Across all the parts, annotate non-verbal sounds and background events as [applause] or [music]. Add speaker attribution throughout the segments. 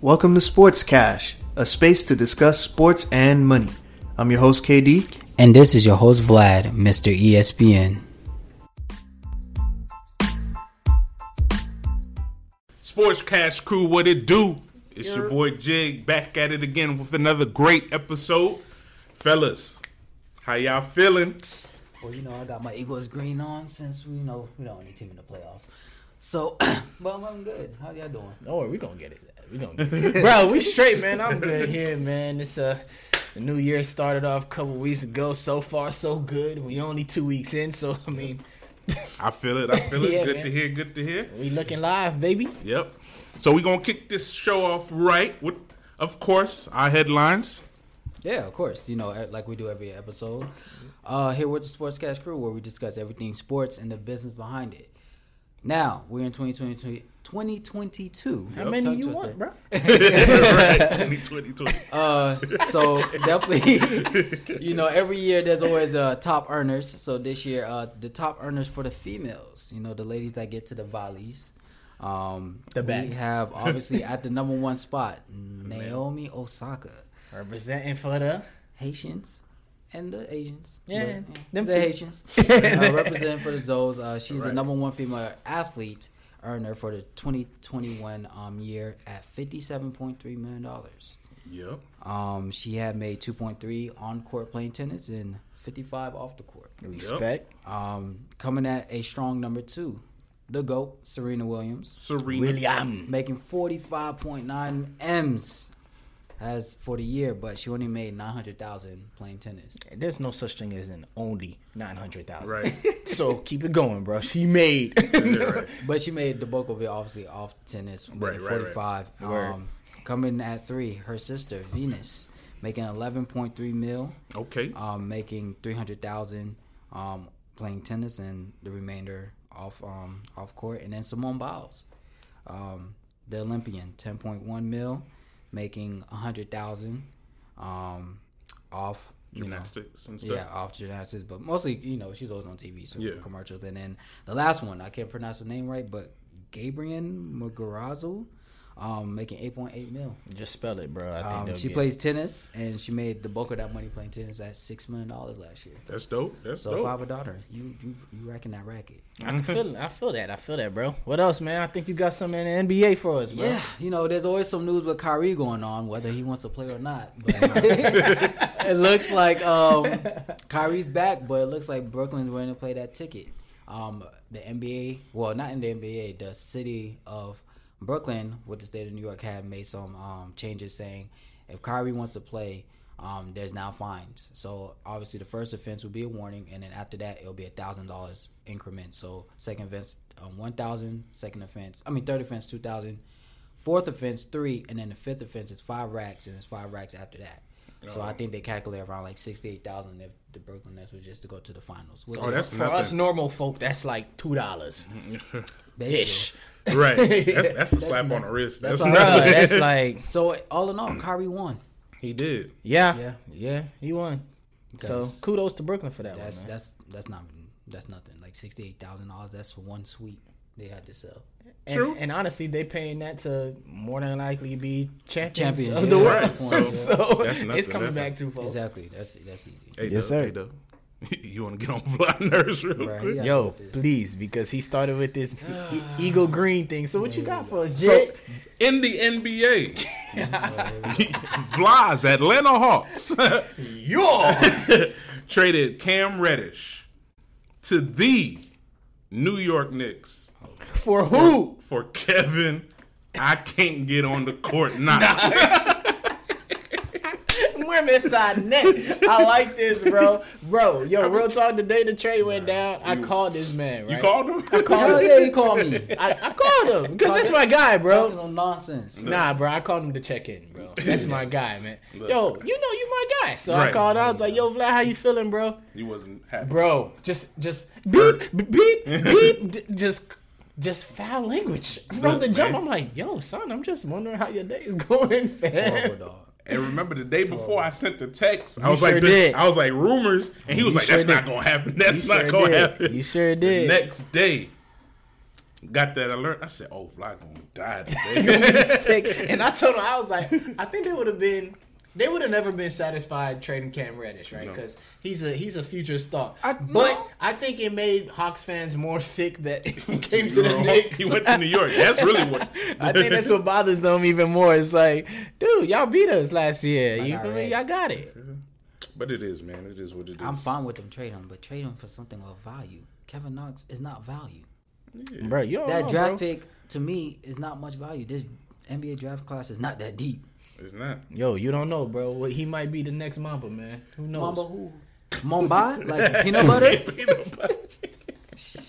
Speaker 1: Welcome to Sports Cash, a space to discuss sports and money. I'm your host, KD.
Speaker 2: And this is your host, Vlad, E Mr. ESPN.
Speaker 3: Sports Cash Crew, what it do? It's your boy Jig back at it again with another great episode. Fellas, how y'all feeling?
Speaker 2: Well, you know, I got my Eagles green on since we know we don't any team in the playoffs. So, [clears throat] well, I'm good. How y'all doing?
Speaker 4: Don't worry, we gonna get it. We gonna, [laughs] get it. bro. We straight, man. I'm good here, man. It's uh, the new year started off a couple weeks ago. So far, so good. We only two weeks in, so I mean,
Speaker 3: I feel it. I feel it.
Speaker 4: Yeah,
Speaker 3: good
Speaker 4: man.
Speaker 3: to hear. Good to hear.
Speaker 4: we looking live, baby.
Speaker 3: Yep. So we gonna kick this show off right with, of course, our headlines.
Speaker 2: Yeah, of course. You know, eh, like we do every episode. Uh, here with the Sports Cash Crew, where we discuss everything sports and the business behind it. Now, we're in 2022. 2022.
Speaker 4: How many
Speaker 2: Tongue
Speaker 4: you
Speaker 2: twister.
Speaker 4: want, bro?
Speaker 3: right. 2022.
Speaker 2: Uh, so definitely, [laughs] you know, every year there's always uh, top earners. So this year, uh, the top earners for the females, you know, the ladies that get to the volleys. Um,
Speaker 4: The bag.
Speaker 2: we have
Speaker 4: [laughs]
Speaker 2: obviously at the number one spot Naomi Osaka,
Speaker 4: Representing for the
Speaker 2: Haitians. And the Asians,
Speaker 4: Yeah,
Speaker 2: But,
Speaker 4: them
Speaker 2: the
Speaker 4: too.
Speaker 2: Haitians,
Speaker 4: [laughs]
Speaker 2: uh, representing for the Zoes. Uh, she's the
Speaker 3: Right.
Speaker 2: number one female athlete earner for the 2021 um, year at 57.3 million dollars.
Speaker 3: Yep.
Speaker 2: Um, she had made 2.3 on court playing tennis and 55 off the court.
Speaker 4: respect.
Speaker 2: Um, coming at a strong number two, the GOAT, Serena Williams,
Speaker 3: Serena.
Speaker 4: William.
Speaker 2: making 45.9 M's as for the year, but she only made 900,000 playing tennis.
Speaker 4: There's no such thing as an only nine hundred thousand.
Speaker 3: Right.
Speaker 4: [laughs] so keep it going, bro. She [laughs] made.
Speaker 3: Right.
Speaker 2: But she made the bulk of it obviously off tennis,
Speaker 3: Right,
Speaker 2: right,
Speaker 3: right, right.
Speaker 2: 45.
Speaker 4: Word.
Speaker 2: Um, coming at three, her sister, Venus, making 11.3 mil.
Speaker 3: Okay.
Speaker 2: um, making three hundred thousand um, playing tennis and the remainder off um, off court. And then Simone Biles, um, the Olympian, ten point one mil, making a hundred thousand um, off you know.
Speaker 3: Gymnastics and stuff.
Speaker 2: Yeah, off gymnastics, but mostly, you know, she's always on TV, so
Speaker 3: Yeah.
Speaker 2: commercials. And then the last one, I can't pronounce her name right, but Gabriel Muguruza, um, making 8.8 mil.
Speaker 4: Just spell it, bro. I think
Speaker 2: Um,
Speaker 4: they'll
Speaker 2: she
Speaker 4: get it.
Speaker 2: plays tennis, and she made the bulk of that money playing tennis at six million dollars last year.
Speaker 3: That's dope. That's
Speaker 2: So
Speaker 3: dope.
Speaker 2: if I have a daughter, you you you racking that racket.
Speaker 4: I can feel. I feel that. I feel that, bro. What else, man? I think you got something in the NBA for us, bro.
Speaker 2: Yeah, you know, there's always some news with Kyrie going on, whether he wants to play or not. But [laughs] it looks like um, Kyrie's back, but it looks like Brooklyn's willing to play that ticket. Um, the NBA, well, not in the NBA, the city of Brooklyn with the state of New York had made some um, changes saying if Kyrie wants to play, um, there's now fines. So obviously, the first offense will be a warning, and then after that, it'll be a thousand dollars increment. So second offense, um, one thousand. Second offense, I mean third offense, two thousand. Fourth offense, three, and then the fifth offense is five racks, and it's five racks after that. So I think they calculate around like sixty-eight thousand if the Brooklyn Nets were just to go to the finals, which
Speaker 3: Oh,
Speaker 2: is
Speaker 3: that's
Speaker 4: for
Speaker 3: nothing. Mm-hmm.
Speaker 4: us normal folk, that's like two dollars
Speaker 2: basically.
Speaker 4: ish.
Speaker 3: right. That, that's a slap on the wrist.
Speaker 2: that's
Speaker 3: That's,
Speaker 2: all
Speaker 4: Bruh,
Speaker 3: nothing.
Speaker 2: right.
Speaker 4: that's like
Speaker 2: So all in all, Kyrie won.
Speaker 3: He did.
Speaker 4: yeah,
Speaker 2: Yeah.
Speaker 4: yeah, He won. So kudos to Brooklyn for that
Speaker 2: That's
Speaker 4: one. man.
Speaker 2: that's that's not that's nothing. Like sixty-eight thousand dollars. That's for one suite they had to sell.
Speaker 4: And,
Speaker 3: true.
Speaker 4: And honestly, they paying that to more than likely be champions,
Speaker 2: Champions,
Speaker 4: of the
Speaker 2: yeah.
Speaker 4: world.
Speaker 3: Right.
Speaker 4: [laughs] So,
Speaker 3: That's nothing,
Speaker 4: it's coming
Speaker 3: that's
Speaker 4: back
Speaker 3: nothing.
Speaker 4: too far.
Speaker 2: Exactly. That's that's easy.
Speaker 3: Hey, Doug,
Speaker 4: Yes, sir.
Speaker 3: Hey, Doug. [laughs] you want to get on [laughs] Vlad nerves real
Speaker 2: Right,
Speaker 3: quick?
Speaker 2: yeah.
Speaker 4: Yo,
Speaker 2: Got this.
Speaker 4: please, because he started with [sighs] this e- ego green thing. So what you got for us,
Speaker 3: So
Speaker 4: Jit?
Speaker 3: in the NBA, Vla's Atlanta Hawks
Speaker 4: [laughs] Yo,
Speaker 3: [laughs] traded Cam Reddish to the New York Knicks
Speaker 4: for who?
Speaker 3: for Kevin. I can't get on the court [laughs] Knox.
Speaker 4: [laughs] Women's side net. I like this, bro. Bro, yo, real talk. The day the trade went down, I called this man. Right?
Speaker 3: You called him?
Speaker 2: Hell Oh, yeah, you call me.
Speaker 4: I, I called [laughs] him because that's my guy,
Speaker 2: Talking
Speaker 4: bro.
Speaker 2: no nonsense.
Speaker 4: Nah, bro, I called him to check in, [laughs] bro. That's my guy, [laughs] man. Yo, you know you my guy. So I
Speaker 3: Right.
Speaker 4: called. I was like, Yo, Vlad, how you feeling, bro?
Speaker 3: He wasn't happy.
Speaker 4: Bro, just, just beep, beep, beep, beep, [laughs] d- just, just foul language from the jump. I'm like, Yo, son, I'm just wondering how your day is [laughs] going,
Speaker 2: Horrible
Speaker 4: fam.
Speaker 2: dog.
Speaker 3: And remember the day before I sent the text, I was
Speaker 4: sure
Speaker 3: like, this-
Speaker 4: did.
Speaker 3: I was like, rumors, and he was
Speaker 4: You
Speaker 3: like,
Speaker 4: sure
Speaker 3: that's not
Speaker 4: did. [laughs]
Speaker 3: gonna happen. That's
Speaker 4: You
Speaker 3: not
Speaker 4: sure
Speaker 3: gonna
Speaker 4: did.
Speaker 3: happen.
Speaker 4: You sure
Speaker 3: The
Speaker 4: did.
Speaker 3: next day, got that alert. I said, "Oh, Vlad gonna die today." [laughs]
Speaker 4: sick. And I told him, I was like, I think they would have been, they would have never been satisfied trading Cam Reddish, right?
Speaker 3: No.
Speaker 4: Because he's a he's a future star.
Speaker 2: I-
Speaker 4: but
Speaker 2: no.
Speaker 4: I think it made Hawks fans more sick that
Speaker 3: [laughs]
Speaker 4: [laughs] [laughs] he came to the
Speaker 3: You know,
Speaker 4: Knicks.
Speaker 3: he went to New York. That's really what.
Speaker 4: [laughs] I think that's what bothers them even more. It's like, dude, y'all beat us last year. You
Speaker 2: got
Speaker 4: feel me?
Speaker 2: red.
Speaker 4: Y'all got it.
Speaker 3: But it is, man. It is what it is.
Speaker 2: I'm fine with them trade him, but trade him for something of value. Kevin Knox is not value.
Speaker 4: Bro, you don't
Speaker 2: That
Speaker 4: know,
Speaker 2: draft
Speaker 4: bro.
Speaker 2: pick to me is not much value. This NBA draft class is not that deep.
Speaker 3: It's not.
Speaker 4: Yo, you don't know, bro. What he might be the next Mamba, man. Who knows?
Speaker 2: Mamba who? [laughs] Mumbai? Like peanut butter?
Speaker 3: [laughs]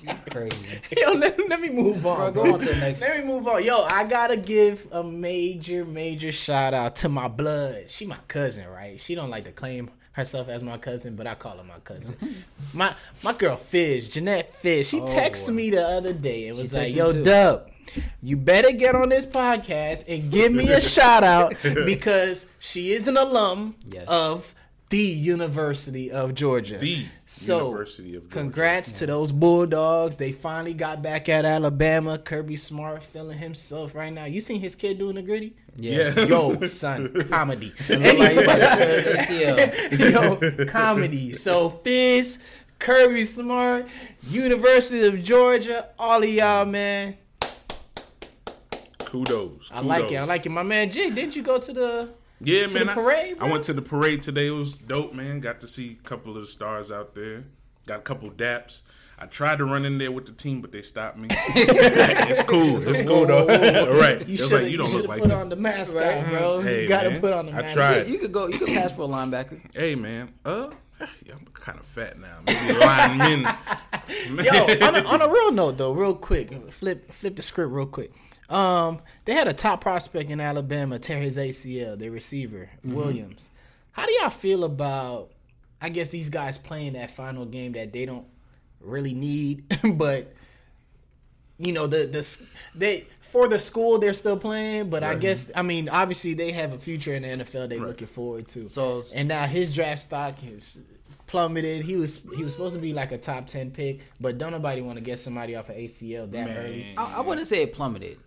Speaker 2: You crazy.
Speaker 4: [laughs] Yo, let, let me move on.
Speaker 2: Bro, go
Speaker 4: bro.
Speaker 2: on to the next.
Speaker 4: Let me move on. Yo, I gotta give a major, major shout out to my blood. She my cousin, right? She don't like to claim herself as my cousin, but I call her my
Speaker 2: [laughs]
Speaker 4: cousin. my my girl Fizz, Jeanette Fizz. She texted me the other day and was
Speaker 2: Oh. texted
Speaker 4: like,
Speaker 2: me
Speaker 4: "Yo,
Speaker 2: too.
Speaker 4: Dub, you better get on this podcast and give me a
Speaker 2: [laughs]
Speaker 4: shout out because she is an alum
Speaker 2: Yes.
Speaker 4: of." The University of Georgia.
Speaker 3: The
Speaker 4: so,
Speaker 3: University of Georgia.
Speaker 4: Congrats to those Bulldogs. They finally got back at Alabama. Kirby Smart feeling himself right now. You seen his kid doing the gritty?
Speaker 2: Yes.
Speaker 3: Yes. [laughs]
Speaker 4: Yo, son, comedy.
Speaker 2: [laughs] Like, you
Speaker 4: Anyway,
Speaker 2: about to tear
Speaker 4: [laughs]
Speaker 2: his ACL.
Speaker 4: yo, comedy. So Fizz, Kirby Smart, University of Georgia, all of y'all, man.
Speaker 3: Kudos.
Speaker 4: I like it. I
Speaker 3: Kudos.
Speaker 4: like it. My man Jig, didn't you go to the
Speaker 3: Yeah,
Speaker 4: to
Speaker 3: man.
Speaker 4: the
Speaker 3: I- I,
Speaker 4: parade, bro?
Speaker 3: went to the parade today. It was dope, man. Got to see a couple of the stars out there. Got a couple daps. I tried to run in there with the team, but they stopped
Speaker 4: [laughs]
Speaker 3: me. it's cool. It's cool though. All [laughs] right.
Speaker 4: Oh. You
Speaker 3: It's
Speaker 4: should
Speaker 3: like
Speaker 4: have
Speaker 3: you don't look like
Speaker 4: put
Speaker 3: that.
Speaker 4: on the mascot,
Speaker 2: Right.
Speaker 4: bro.
Speaker 3: Hey,
Speaker 4: you gotta
Speaker 3: man.
Speaker 4: put on the
Speaker 3: I
Speaker 4: mascot.
Speaker 3: tried.
Speaker 2: You could go. You could pass for a linebacker.
Speaker 3: Hey, man. Uh, [sighs] yeah, I'm kind of fat now. Maybe [laughs] linemen.
Speaker 4: Yo, on a, on a real note though, real quick, flip flip the script real quick. Um, they had a top prospect in Alabama tear his ACL, their receiver Williams. How do y'all feel about? I guess these guys playing that final game that they don't really need, [laughs] but you know the the s- they for the school they're still playing. But I guess I mean obviously they have a future in the NFL. They looking forward to.
Speaker 2: So-
Speaker 4: and now his draft stock is plummeted. He was he was supposed to be like a top ten pick, but don't nobody want to get somebody off of ACL that early.
Speaker 2: I, I wouldn't say it plummeted.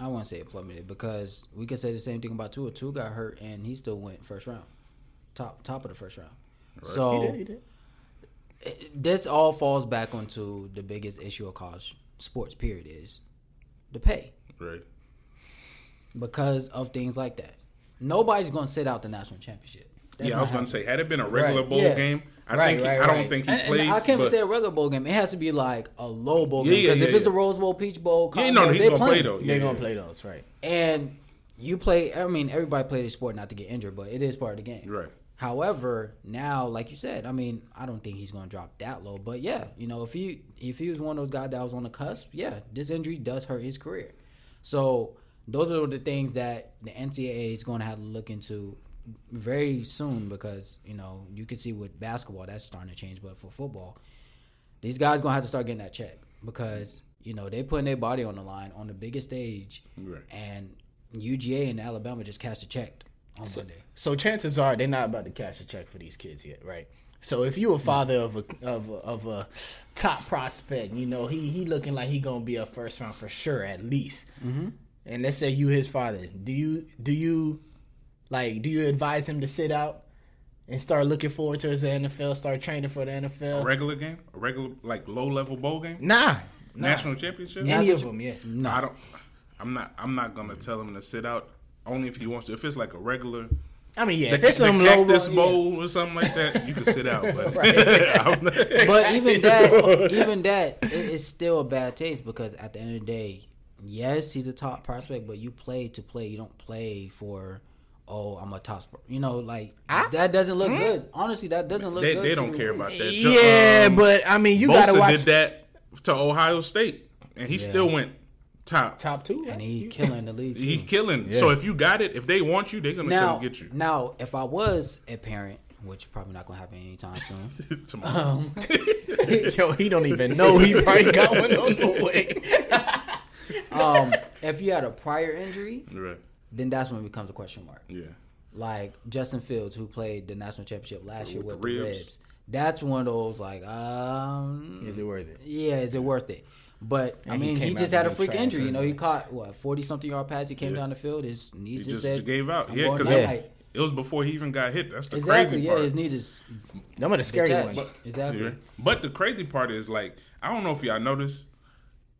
Speaker 2: I wouldn't say it plummeted because we could say the same thing about Tua. Tua got hurt and he still went first round, top top of the first round. So this all falls back onto the biggest issue of college sports. Period is the pay
Speaker 3: Right.
Speaker 2: because of things like that. Nobody's gonna sit out the national championship. That's
Speaker 3: yeah, I
Speaker 2: not
Speaker 3: was gonna
Speaker 2: happening.
Speaker 3: say, had it been a regular
Speaker 2: Right.
Speaker 3: bowl
Speaker 2: Yeah.
Speaker 3: game, I
Speaker 4: Right,
Speaker 3: think he,
Speaker 4: right,
Speaker 3: I don't
Speaker 4: right.
Speaker 3: think he
Speaker 2: And- and
Speaker 3: plays.
Speaker 2: I can't even
Speaker 3: but,
Speaker 2: say a regular bowl game. It has to be like a low bowl
Speaker 3: Yeah,
Speaker 2: game.
Speaker 3: yeah,
Speaker 2: Because if
Speaker 3: yeah,
Speaker 2: it's the
Speaker 3: yeah.
Speaker 2: Rose Bowl, Peach Bowl,
Speaker 3: yeah,
Speaker 2: Cotton
Speaker 3: no,
Speaker 2: Bowl,
Speaker 3: he's
Speaker 2: they
Speaker 3: gonna play
Speaker 2: playing.
Speaker 3: though. Yeah,
Speaker 4: They're gonna
Speaker 3: yeah.
Speaker 4: play those, right?
Speaker 2: and you play i mean everybody play this sport not to get injured but it is part of the game
Speaker 3: Right.
Speaker 2: however now like you said i mean i don't think he's going to drop that low but yeah you know if he if he was one of those guys that was on the cusp yeah this injury does hurt his career so those are the things that the ncaa is going to have to look into very soon because you know you can see with basketball that's starting to change but for football these guys gonna have to start getting that check because you know they putting their body on the line on the biggest stage,
Speaker 3: Right.
Speaker 2: and UGA and Alabama just cast a check on Monday.
Speaker 4: So chances are they're not about to cash a check for these kids yet, right? So if you a father of a of a, of a top prospect, you know he he looking like he gonna be a first round for sure at least. Mm-hmm. And let's say you his father, do you do you like do you advise him to sit out and start looking forward towards the NFL, start training for the NFL?
Speaker 3: A regular game, a regular like low level bowl game,
Speaker 4: Nah,
Speaker 3: national championship.
Speaker 4: any
Speaker 2: That's
Speaker 4: of
Speaker 2: what you-
Speaker 4: them, yeah.
Speaker 2: No,
Speaker 3: I don't. I'm not. I'm not gonna tell him to sit out. Only if he wants to. If it's like a regular,
Speaker 4: I mean, yeah,
Speaker 3: the,
Speaker 4: if it's
Speaker 3: the
Speaker 4: some low
Speaker 3: cactus
Speaker 4: yeah.
Speaker 3: bowl or something like that, you can sit
Speaker 4: [laughs]
Speaker 3: out. But, [laughs] I'm not-
Speaker 2: but even
Speaker 3: [laughs]
Speaker 2: that, even that, it is still a bad taste because at the end of the day, yes, he's a top prospect, but you play to play. You don't play for. Oh, I'm a top. Sport. You know, like that doesn't look good. Honestly, that doesn't look
Speaker 3: they,
Speaker 2: good.
Speaker 3: they
Speaker 2: to
Speaker 3: don't
Speaker 2: me.
Speaker 3: care about that. Ju-
Speaker 4: Yeah,
Speaker 3: um,
Speaker 4: but I mean, you gotta
Speaker 3: Bosa
Speaker 4: watch
Speaker 3: did that to Ohio State, and he still went top.
Speaker 4: top two,
Speaker 2: And
Speaker 4: right? [laughs]
Speaker 2: he's killing the league.
Speaker 3: He's
Speaker 2: too.
Speaker 3: killing. So if you got it, if they want you, they're gonna
Speaker 2: now, uh-huh.
Speaker 3: come get you
Speaker 2: now, if I was a parent, which probably not gonna happen anytime soon,
Speaker 3: tomorrow.
Speaker 4: Yo, he don't even know
Speaker 2: [laughs]
Speaker 4: he probably got one on the way.
Speaker 2: um, if you had a prior injury,
Speaker 3: right?
Speaker 2: then that's when it becomes a question mark.
Speaker 3: Yeah.
Speaker 2: Like Justin Fields, who played the national championship last year
Speaker 3: With
Speaker 2: with
Speaker 3: the
Speaker 2: the ribs.
Speaker 3: ribs.
Speaker 2: That's one of those like, um,
Speaker 4: Is it worth it?
Speaker 2: yeah, is it worth it? But I
Speaker 4: And he
Speaker 2: mean, he,
Speaker 4: came
Speaker 2: just
Speaker 4: out
Speaker 2: had a
Speaker 4: with a
Speaker 2: freak
Speaker 4: trash
Speaker 2: injury. You know, he
Speaker 4: anyway.
Speaker 2: caught what forty something yard pass. He came down the field. His knees just,
Speaker 3: He just
Speaker 2: said
Speaker 3: gave out.
Speaker 2: I'm
Speaker 3: yeah,
Speaker 2: going
Speaker 3: because
Speaker 2: down.
Speaker 3: it,
Speaker 2: Like,
Speaker 3: it was before he even got hit. That's the
Speaker 2: exactly.
Speaker 3: crazy
Speaker 2: Yeah,
Speaker 3: part.
Speaker 2: his knee just
Speaker 4: Them are the scary
Speaker 2: Detached.
Speaker 4: ones.
Speaker 2: Exactly.
Speaker 3: Yeah. But the crazy part is like I don't know if y'all noticed,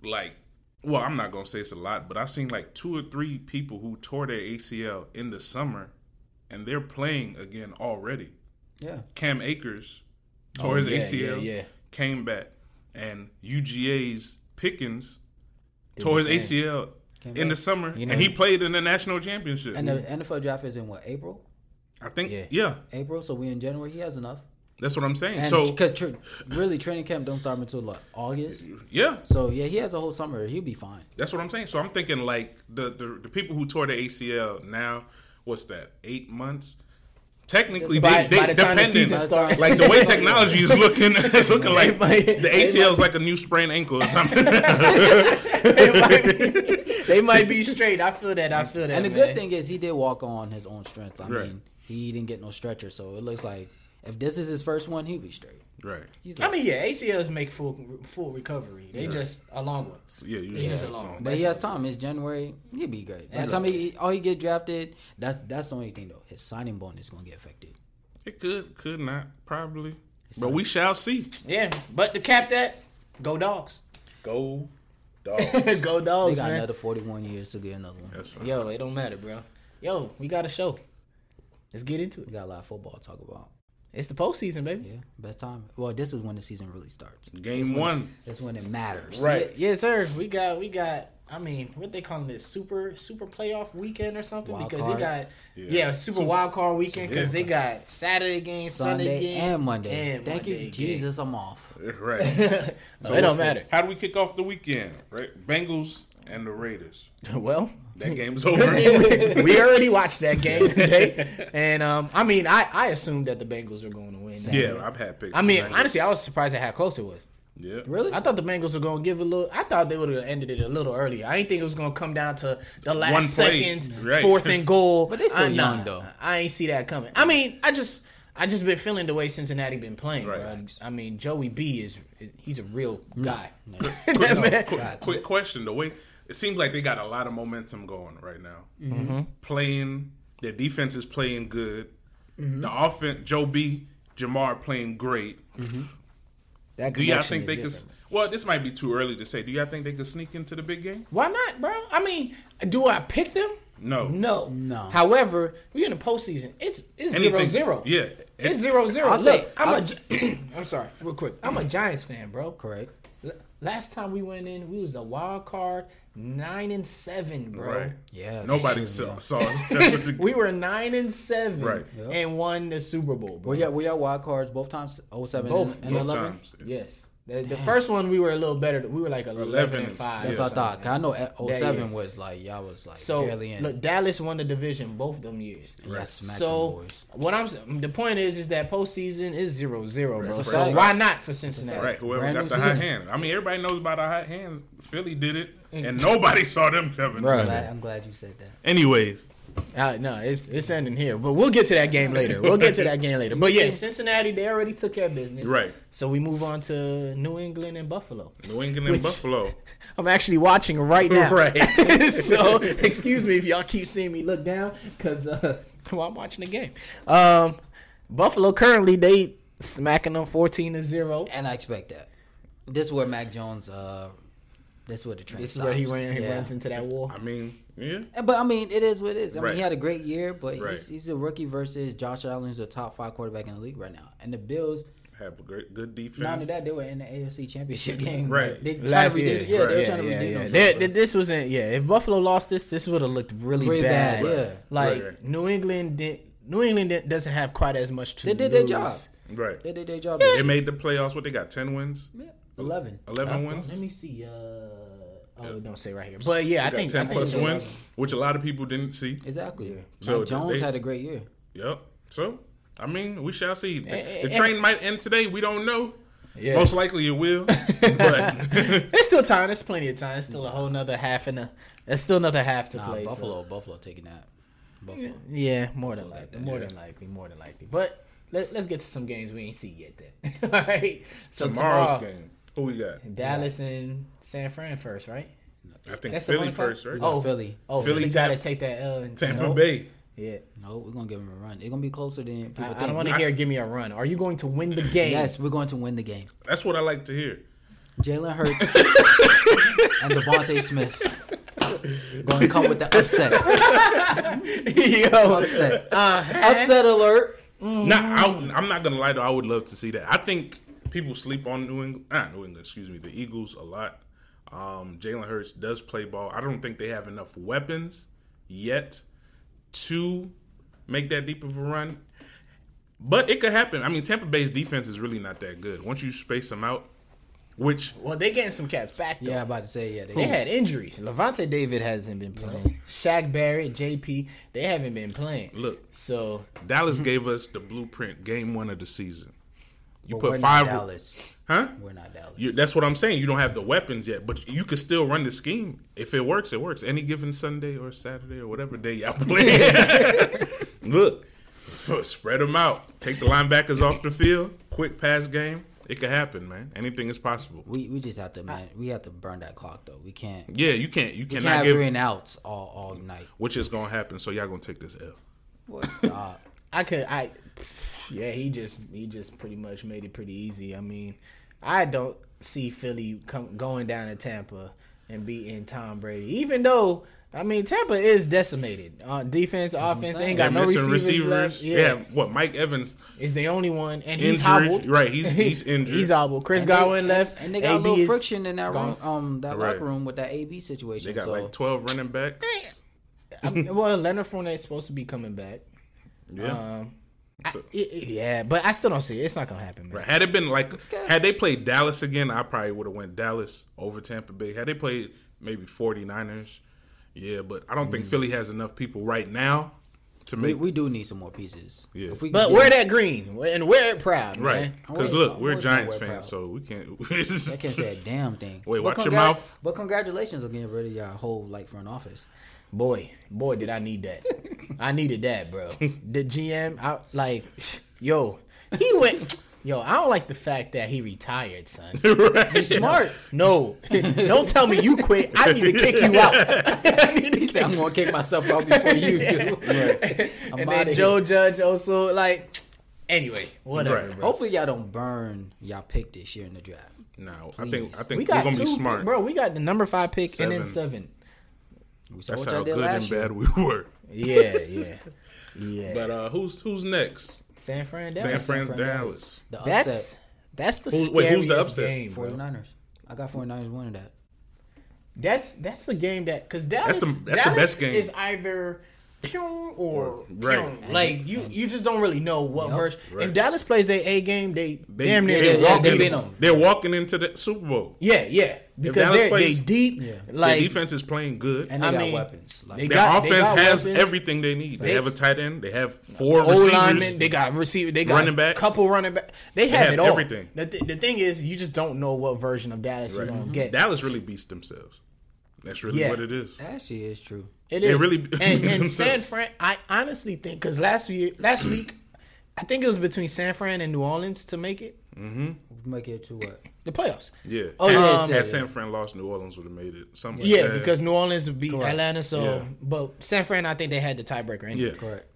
Speaker 3: like, well, I'm not gonna say it's a lot, but I've seen like two or three people who tore their ACL in the summer, and they're playing again already.
Speaker 2: yeah.
Speaker 3: Cam Akers tore his
Speaker 4: Oh, yeah,
Speaker 3: ACL,
Speaker 4: yeah, yeah.
Speaker 3: came back, and UGA's Pickens tore his ACL in the summer,
Speaker 4: You know-
Speaker 3: and he played in the national championship.
Speaker 2: And the NFL draft is in what April?
Speaker 3: I think, yeah.
Speaker 4: Yeah.
Speaker 2: April, so we in January. He has enough.
Speaker 3: that's what I'm saying.
Speaker 2: And
Speaker 3: so,
Speaker 2: because really training camp don't start until like August.
Speaker 3: yeah,
Speaker 2: So yeah, he has a whole summer. He'll be fine.
Speaker 3: That's what I'm saying. So I'm thinking like the the, the people who tore the ACL now, what's that? Eight months. Technically,
Speaker 4: By-
Speaker 3: they,
Speaker 4: by
Speaker 3: they
Speaker 4: the time the
Speaker 3: depending.
Speaker 4: season starts.
Speaker 3: like the way
Speaker 4: [laughs]
Speaker 3: technology is looking, [laughs] it's looking like
Speaker 4: might-
Speaker 3: the
Speaker 4: they
Speaker 3: ACL is like a new sprained ankle or something.
Speaker 4: [laughs] they, might be, they might be straight. I feel that. I feel that.
Speaker 2: And the
Speaker 4: man.
Speaker 2: good thing is he did walk on his own strength. I
Speaker 3: Right.
Speaker 2: mean, he didn't get no stretcher, so it looks like if this is his first one, he'll be straight.
Speaker 3: right.
Speaker 2: He's
Speaker 4: I
Speaker 2: like,
Speaker 4: mean, yeah, ACLs make full full recovery. They just a long one.
Speaker 3: Yeah, you
Speaker 4: It's
Speaker 3: just
Speaker 4: just
Speaker 3: have
Speaker 4: a long.
Speaker 3: fun.
Speaker 2: but he has time. It's January. He'll be great. By the
Speaker 4: That's
Speaker 2: time he all he get drafted, that's that's the only thing though. His signing bonus is gonna get affected.
Speaker 3: It could, could not, probably. But we shall see.
Speaker 4: Yeah, but to cap that, go dogs. [laughs]
Speaker 3: Go, dog.
Speaker 4: go
Speaker 2: They
Speaker 4: dogs,
Speaker 2: got
Speaker 4: man.
Speaker 2: another forty one years to get another one.
Speaker 3: That's right.
Speaker 4: Yo, it don't matter, bro. Yo, we got a show. Let's get into
Speaker 2: We
Speaker 4: it.
Speaker 2: got a lot of football to talk about.
Speaker 4: It's the postseason, baby.
Speaker 2: Yeah, best time. Well, this is when the season really starts.
Speaker 3: [laughs] Game one.
Speaker 2: That's when it matters.
Speaker 4: Right. Yes, sir. We got we got I mean, what they calling this super super playoff weekend or something?
Speaker 2: Wild
Speaker 4: because
Speaker 2: card.
Speaker 4: they got
Speaker 3: Yeah.
Speaker 4: yeah, super, wild card weekend because
Speaker 3: Yeah.
Speaker 4: they got Saturday game, Sunday,
Speaker 2: Sunday,
Speaker 4: game,
Speaker 2: and Monday.
Speaker 4: and
Speaker 2: Thank
Speaker 4: Monday
Speaker 2: you,
Speaker 4: game.
Speaker 2: Jesus. I'm off.
Speaker 3: [laughs] Right.
Speaker 4: [laughs] So it don't
Speaker 3: [laughs]
Speaker 4: matter.
Speaker 3: How do we kick off the weekend? Right. Bengals and the Raiders.
Speaker 4: well,
Speaker 3: That game's
Speaker 4: Good
Speaker 3: over.
Speaker 4: thing [laughs] we- we already watched that game today, and um, I mean, I I assumed that the Bengals were going to win.
Speaker 3: [laughs] yeah, I've had picks.
Speaker 4: I mean,
Speaker 3: Bengals.
Speaker 4: honestly, I was surprised at how close it was.
Speaker 3: Yeah.
Speaker 2: Really?
Speaker 4: I thought the Bengals were going to give a little. I thought they would have ended it a little earlier. I didn't think it was going to come down to the last
Speaker 3: One play.
Speaker 4: seconds,
Speaker 3: Right.
Speaker 4: fourth and goal.
Speaker 2: [laughs] But they still
Speaker 4: I, nah,
Speaker 2: young, though.
Speaker 4: I ain't see that coming. I mean, I just, I just been feeling the way Cincinnati been playing.
Speaker 3: Right.
Speaker 4: bruh. I mean, Joey B is, he's a real guy. [laughs]
Speaker 2: No.
Speaker 3: quick,
Speaker 4: No, man.
Speaker 3: quick, quick question. The way it seems like they got a lot of momentum going right now.
Speaker 4: Mm-hmm.
Speaker 3: Playing their defense is playing good.
Speaker 4: Mm-hmm.
Speaker 3: The offense, Joe B, Jamar playing great.
Speaker 4: That
Speaker 3: Do y'all
Speaker 4: connection
Speaker 3: think
Speaker 4: is
Speaker 3: they could?
Speaker 4: different.
Speaker 3: Well, this might be too early to say. Do y'all think they could sneak into the big game?
Speaker 4: Why not, bro? I mean, do I pick them?
Speaker 3: No.
Speaker 4: No.
Speaker 2: No.
Speaker 4: However, we in the postseason. It's it's zero
Speaker 3: Anything-
Speaker 4: zero.
Speaker 3: Yeah.
Speaker 4: It's zero zero.
Speaker 2: I'll
Speaker 4: Look,
Speaker 2: say-
Speaker 4: I'm a. Gi- [clears throat] I'm sorry, real quick. I'm a Giants fan, bro.
Speaker 2: Correct.
Speaker 4: L- Last time we went in, we was a wild card, nine and seven, bro.
Speaker 3: Right.
Speaker 2: Yeah.
Speaker 4: [laughs]
Speaker 3: Nobody
Speaker 2: that's true,
Speaker 3: saw,
Speaker 2: yeah.
Speaker 3: saw us. That's what you-
Speaker 4: Uh, We were nine and seven,
Speaker 3: Right.
Speaker 2: Yep.
Speaker 4: and won the Super Bowl, bro.
Speaker 2: Were y'all, were y'all wild cards both times? 07
Speaker 4: Both.
Speaker 2: and, and
Speaker 4: Both
Speaker 2: 11?
Speaker 3: times.
Speaker 4: Yes, the, the first one we were a little better. We were like eleven, and
Speaker 3: and-
Speaker 4: five.
Speaker 2: That's
Speaker 3: Yeah.
Speaker 2: what I thought. 'Cause I know at
Speaker 4: Yeah,
Speaker 2: 07
Speaker 4: yeah.
Speaker 2: was like, y'all was like
Speaker 4: So
Speaker 2: barely in.
Speaker 4: look, Dallas won the division both them years.
Speaker 2: Y'all smacked them
Speaker 4: So
Speaker 2: boys.
Speaker 4: what I'm s- the point is is that postseason is zero zero, bro.
Speaker 2: That's a
Speaker 4: So
Speaker 2: fact.
Speaker 4: why not for Cincinnati?
Speaker 3: Right, whoever
Speaker 2: Brand
Speaker 3: got
Speaker 2: new
Speaker 3: the hot
Speaker 2: season.
Speaker 3: hand. I mean, everybody knows about our hot hand. Philly did it,
Speaker 4: Mm.
Speaker 3: and nobody saw them coming.
Speaker 2: I'm,
Speaker 4: Bruh.
Speaker 2: glad, I'm glad you said that.
Speaker 3: Anyways,
Speaker 4: Uh, no, it's it's ending here, but we'll get to that game later. We'll get to that game later.
Speaker 2: [laughs]
Speaker 4: But yeah, Cincinnati they already took care of business.
Speaker 3: Right.
Speaker 4: So we move on to New England and Buffalo.
Speaker 3: New England and
Speaker 4: Which-
Speaker 3: Buffalo.
Speaker 4: I'm actually watching right now.
Speaker 3: Right.
Speaker 4: [laughs] so excuse me if y'all keep seeing me look down because uh, [laughs] well, I'm watching the game. Um, Buffalo currently they smacking them 14 to zero.
Speaker 2: And I expect that. This is where Mac Jones, uh, this is where the train
Speaker 4: This is
Speaker 2: stops.
Speaker 4: where he, ran, he
Speaker 2: Yeah.
Speaker 4: runs into that wall.
Speaker 3: I mean, yeah.
Speaker 2: And- But I mean, it is what it is. I
Speaker 3: Right.
Speaker 2: mean, he had a great year, but
Speaker 3: Right.
Speaker 2: he's, he's a rookie versus Josh Allen, who's a top five quarterback in the league right now. And the Bills,
Speaker 3: Have a great, good defense.
Speaker 2: not only that, they were in the AFC Championship [laughs] game.
Speaker 3: Right.
Speaker 2: Like, they tried
Speaker 4: Last
Speaker 2: to redo,
Speaker 4: year,
Speaker 2: yeah, they were
Speaker 4: Right.
Speaker 2: trying to redo themselves.
Speaker 4: They-
Speaker 2: but-
Speaker 4: they- this wasn't, yeah. If Buffalo lost this, this would have looked really,
Speaker 2: Really
Speaker 4: bad.
Speaker 2: bad, yeah.
Speaker 4: Like
Speaker 3: Right, right.
Speaker 4: New England didn't. New England didn't- doesn't have quite as much to
Speaker 2: They did their
Speaker 4: lose.
Speaker 2: job.
Speaker 3: Right.
Speaker 2: They did their job.
Speaker 3: They made the playoffs. What they got? Ten wins,
Speaker 2: Yeah, Eleven.
Speaker 3: eleven wins.
Speaker 4: Let me see. Uh, oh, it don't say right here. But yeah, I
Speaker 3: Got
Speaker 4: think I
Speaker 3: ten
Speaker 4: think
Speaker 3: plus
Speaker 4: they-
Speaker 3: wins, which a lot of people didn't see.
Speaker 2: Exactly. Mac
Speaker 3: So
Speaker 2: Jones
Speaker 3: they-
Speaker 2: had a great year.
Speaker 3: Yep. So I mean, we shall see.
Speaker 4: Eh,
Speaker 3: The,
Speaker 4: eh,
Speaker 3: the
Speaker 4: eh.
Speaker 3: train might end today. We don't know.
Speaker 4: Yeah.
Speaker 3: Most likely it
Speaker 4: [laughs]
Speaker 3: will. [laughs] But
Speaker 4: There's still time. There's plenty of time. There's still a whole nother half and a. There's still another half to
Speaker 2: Nah,
Speaker 4: play. so-
Speaker 2: Buffalo, Buffalo taking that. Buffalo.
Speaker 4: Yeah, more than likely. More than likely. More than likely. But let, let's get to some games we ain't see yet. Then. [laughs] All right. So
Speaker 3: tomorrow's
Speaker 4: tomorrow-
Speaker 3: game. Who we got?
Speaker 4: Dallas and San Fran first, right?
Speaker 3: I think
Speaker 4: That's the
Speaker 3: Philly
Speaker 4: one o'clock?
Speaker 3: first, right?
Speaker 2: Oh, Philly.
Speaker 4: Oh,
Speaker 3: Philly,
Speaker 4: Philly, got to
Speaker 3: Tampa-
Speaker 4: take that L. And
Speaker 3: Tampa
Speaker 4: Nope.
Speaker 3: Bay.
Speaker 4: Yeah.
Speaker 2: No, we're gonna give them a run. It's gonna be closer than people
Speaker 4: I, I
Speaker 2: think.
Speaker 4: don't want to hear give me a run. Are you going to win the game? [laughs]
Speaker 2: Yes, we're going to win the game.
Speaker 3: That's what I like to hear.
Speaker 2: Jalen [laughs] Hurts and Devontae Smith going to come with the upset.
Speaker 4: [laughs] Yo.
Speaker 2: Upset.
Speaker 4: Uh-huh.
Speaker 2: upset alert.
Speaker 3: Nah, I, would- I'm not gonna lie though. I would love to see that. I think people sleep on New England. Not New England, excuse me. The Eagles a lot. Um, Jalen Hurts does play ball. I don't think they have enough weapons yet to make that deep of a run. But it could happen. I mean, Tampa Bay's defense is really not that good. Once you space them out, which
Speaker 4: Well, they getting some cats back though.
Speaker 2: Yeah, I'm about to say yeah. They,
Speaker 4: They had injuries. Levante David hasn't been playing. Shaq Barrett, JP, they haven't been playing.
Speaker 3: Look.
Speaker 4: So
Speaker 2: Mm-hmm.
Speaker 3: Dallas gave us the blueprint game one of the season. You
Speaker 2: but
Speaker 3: put
Speaker 2: we're
Speaker 3: five,
Speaker 2: Not Dallas.
Speaker 3: huh?
Speaker 2: We're not Dallas.
Speaker 3: You, that's what I'm saying. You don't have the weapons yet, but you can still run the scheme. If it works, it works. Any given Sunday or Saturday or whatever day y'all play. [laughs] Look, spread them out. Take the linebackers off the field. Quick pass game. It could happen, man. Anything is possible.
Speaker 2: we we just have to man. We have to burn that clock though. We can't. We
Speaker 3: Yeah, you can't. You
Speaker 2: can't
Speaker 3: cannot
Speaker 2: have
Speaker 3: give.
Speaker 2: three and outs all all night.
Speaker 3: Which is gonna happen. So y'all gonna take this L.
Speaker 2: Boy, stop.
Speaker 4: I could I yeah, he just he just pretty much made it pretty easy. I mean, I don't see Philly come going down to Tampa and beating Tom Brady. Even though I mean Tampa is decimated. Uh, defense, offense, they ain't
Speaker 3: They're
Speaker 4: got no
Speaker 3: missing
Speaker 4: receivers.
Speaker 3: receivers.
Speaker 4: Left.
Speaker 3: Yeah.
Speaker 4: Yeah.
Speaker 3: what Mike Evans
Speaker 4: is the only one and he's
Speaker 3: injured?
Speaker 4: hobbled.
Speaker 3: Right,
Speaker 4: [laughs]
Speaker 3: he's he's injured.
Speaker 4: He's hobbled. Chris
Speaker 2: And they-
Speaker 4: Godwin
Speaker 2: and-
Speaker 4: left
Speaker 2: and they got a
Speaker 4: is
Speaker 2: little friction in that room,
Speaker 4: gone.
Speaker 2: um, that
Speaker 3: Right.
Speaker 2: locker room with that AB situation.
Speaker 3: They got
Speaker 2: so
Speaker 3: like 12 running backs.
Speaker 4: I mean, [laughs] well, Leonard Fournette's supposed to be coming back.
Speaker 3: Yeah.
Speaker 4: Um,
Speaker 3: So-
Speaker 4: I- I- yeah, but I still don't see it. It's not gonna happen, man.
Speaker 3: Right. Had it been like, had they played Dallas again, I probably would have went Dallas over Tampa Bay. Had they played maybe 49ers, yeah, but I don't think Philly has enough people right now to
Speaker 2: Mm. we,
Speaker 3: make
Speaker 2: we do need some more pieces.
Speaker 3: Yeah.
Speaker 2: we
Speaker 4: But
Speaker 2: can
Speaker 4: wear
Speaker 2: get-
Speaker 4: that green and wear it proud, man.
Speaker 3: right. Because
Speaker 2: always-
Speaker 3: look,
Speaker 2: I'm
Speaker 3: we're
Speaker 2: always gonna
Speaker 3: Giants
Speaker 2: wear
Speaker 3: fans,
Speaker 2: proud.
Speaker 3: so we can't. [laughs]
Speaker 2: I can't say a damn thing.
Speaker 3: Wait, watch your
Speaker 2: congrat-
Speaker 3: mouth.
Speaker 2: But congratulations on getting rid of your whole like front office.
Speaker 4: Boy, boy, did I need that. I needed
Speaker 3: [laughs]
Speaker 4: that, bro. The GM, I, like, yo, he went. Yo, I don't like the fact that he retired,
Speaker 3: [laughs]
Speaker 4: son.
Speaker 3: Right.
Speaker 4: He's smart. No, [laughs] don't tell me you quit. I need to kick
Speaker 3: [laughs]
Speaker 4: you out. [laughs] I need
Speaker 2: [laughs]
Speaker 4: to
Speaker 2: He said, "I'm gonna kick myself out before [laughs] you do." I'm
Speaker 4: and
Speaker 2: outta
Speaker 4: then
Speaker 2: here.
Speaker 4: Joe Judge also like. Anyway, whatever.
Speaker 3: Right.
Speaker 4: Bro.
Speaker 2: Hopefully, y'all don't burn y'all pick this year in the draft.
Speaker 3: No, I think I
Speaker 2: Please.
Speaker 3: think we are gonna be smart.
Speaker 4: bro. We got the number five pick and
Speaker 3: Seven. [laughs]
Speaker 4: then seven.
Speaker 2: We saw
Speaker 3: That's
Speaker 2: what
Speaker 3: how
Speaker 2: y'all did
Speaker 3: good and
Speaker 2: last year.
Speaker 3: bad we [laughs] were.
Speaker 4: Yeah, yeah, yeah.
Speaker 3: But uh, who's who's next?
Speaker 4: San Fran,
Speaker 3: San
Speaker 4: Dallas.
Speaker 3: Fran,
Speaker 2: Fran,
Speaker 3: Dallas.
Speaker 2: The
Speaker 4: That's
Speaker 2: upset,
Speaker 4: that's the
Speaker 3: Who's-
Speaker 4: scariest
Speaker 3: wait, who's the upset?
Speaker 4: game, bro.
Speaker 2: 49ers. I got 49ers winning that.
Speaker 4: That's that's the game that because Dallas
Speaker 3: That's the- that's the
Speaker 4: Dallas
Speaker 3: best game.
Speaker 4: is either pew or
Speaker 3: Right.
Speaker 4: right. Like you you just don't really know what version.
Speaker 3: Right.
Speaker 4: If Dallas plays their A game, they,
Speaker 3: They,
Speaker 4: damn near
Speaker 3: they
Speaker 4: they,
Speaker 2: walk
Speaker 4: they
Speaker 3: walking-
Speaker 2: beat 'em.
Speaker 3: They're walking into the Super Bowl.
Speaker 4: Yeah, yeah. Because
Speaker 3: Dallas
Speaker 4: they're
Speaker 3: plays-
Speaker 4: they deep.
Speaker 2: Yeah.
Speaker 4: Like
Speaker 3: Their defense is playing good.
Speaker 2: And they
Speaker 4: I
Speaker 2: got
Speaker 4: mean,
Speaker 2: weapons. Like,
Speaker 4: they
Speaker 3: Their
Speaker 4: got-
Speaker 3: offense
Speaker 4: got
Speaker 3: has
Speaker 4: weapons.
Speaker 3: everything they need. They,
Speaker 4: They-
Speaker 3: have a tight end. They have four
Speaker 4: O
Speaker 3: receivers.
Speaker 4: linemen, they got receiver, they got
Speaker 3: Running back.
Speaker 4: couple running back. They have,
Speaker 3: have
Speaker 4: it all.
Speaker 3: everything.
Speaker 4: The, th- the thing is, you just don't know what version of Dallas
Speaker 3: Right.
Speaker 4: you're gonna get.
Speaker 3: Dallas really beats themselves. That's really
Speaker 4: Yeah.
Speaker 3: what it is.
Speaker 2: actually, is true.
Speaker 4: It
Speaker 3: They
Speaker 4: is
Speaker 3: really- [laughs]
Speaker 4: and, and
Speaker 3: themselves.
Speaker 4: San Fran. I honestly think because last year, last
Speaker 3: Mm.
Speaker 4: week, I think it was between San Fran and New Orleans to make it
Speaker 2: Make it to what?
Speaker 4: the playoffs.
Speaker 3: Yeah.
Speaker 4: Oh, yeah, it's-
Speaker 3: Had,
Speaker 2: yeah.
Speaker 3: had San Fran lost, New Orleans would have made it. Something like
Speaker 4: Yeah,
Speaker 3: that.
Speaker 4: because New Orleans would beat
Speaker 2: Correct.
Speaker 4: Atlanta. So,
Speaker 3: Yeah.
Speaker 4: but San Fran, I think they had the tiebreaker.
Speaker 3: yeah,
Speaker 4: Anyway.
Speaker 2: Correct.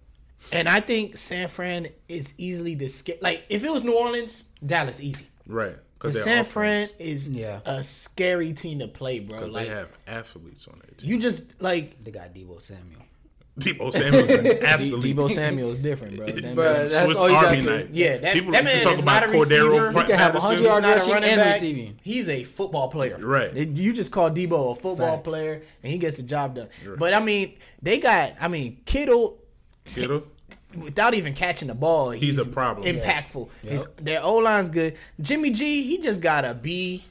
Speaker 4: And I think San Fran is easily the sca- like if it was New Orleans, Dallas easy.
Speaker 3: right.
Speaker 4: But
Speaker 3: Because
Speaker 4: San Fran is
Speaker 2: Yeah.
Speaker 4: a scary team to play, bro.
Speaker 3: they
Speaker 4: Like
Speaker 3: have athletes on their team.
Speaker 4: you just like
Speaker 2: They got Debo Samuel.
Speaker 3: [laughs] Debo
Speaker 4: [laughs]
Speaker 3: Samuel's an
Speaker 4: D-
Speaker 3: athlete. [laughs]
Speaker 4: Debo Samuel is different, bro. That
Speaker 2: Bro,
Speaker 4: man's-
Speaker 2: that's
Speaker 3: Swiss
Speaker 2: all you got
Speaker 3: Army
Speaker 2: to-
Speaker 3: knife.
Speaker 4: Yeah, that-
Speaker 3: people
Speaker 4: that
Speaker 3: used to
Speaker 4: man
Speaker 3: talk
Speaker 4: is
Speaker 3: about
Speaker 4: not a
Speaker 3: Cordero
Speaker 4: receiver. He
Speaker 3: Pat-
Speaker 2: can have
Speaker 3: Patterson.
Speaker 2: 100 yards.
Speaker 4: He's not a
Speaker 2: rushing
Speaker 4: running
Speaker 2: and
Speaker 4: back.
Speaker 2: receiving.
Speaker 4: He's a football player.
Speaker 3: Right.
Speaker 4: It- You just call Debo a football
Speaker 2: Facts.
Speaker 4: player, and he gets the job done. But I mean, they got. I mean, Kittle.
Speaker 3: Kittle.
Speaker 4: Without even catching the ball, he's,
Speaker 3: a problem.
Speaker 4: Impactful. His, their O line's good. Jimmy G, he just gotta be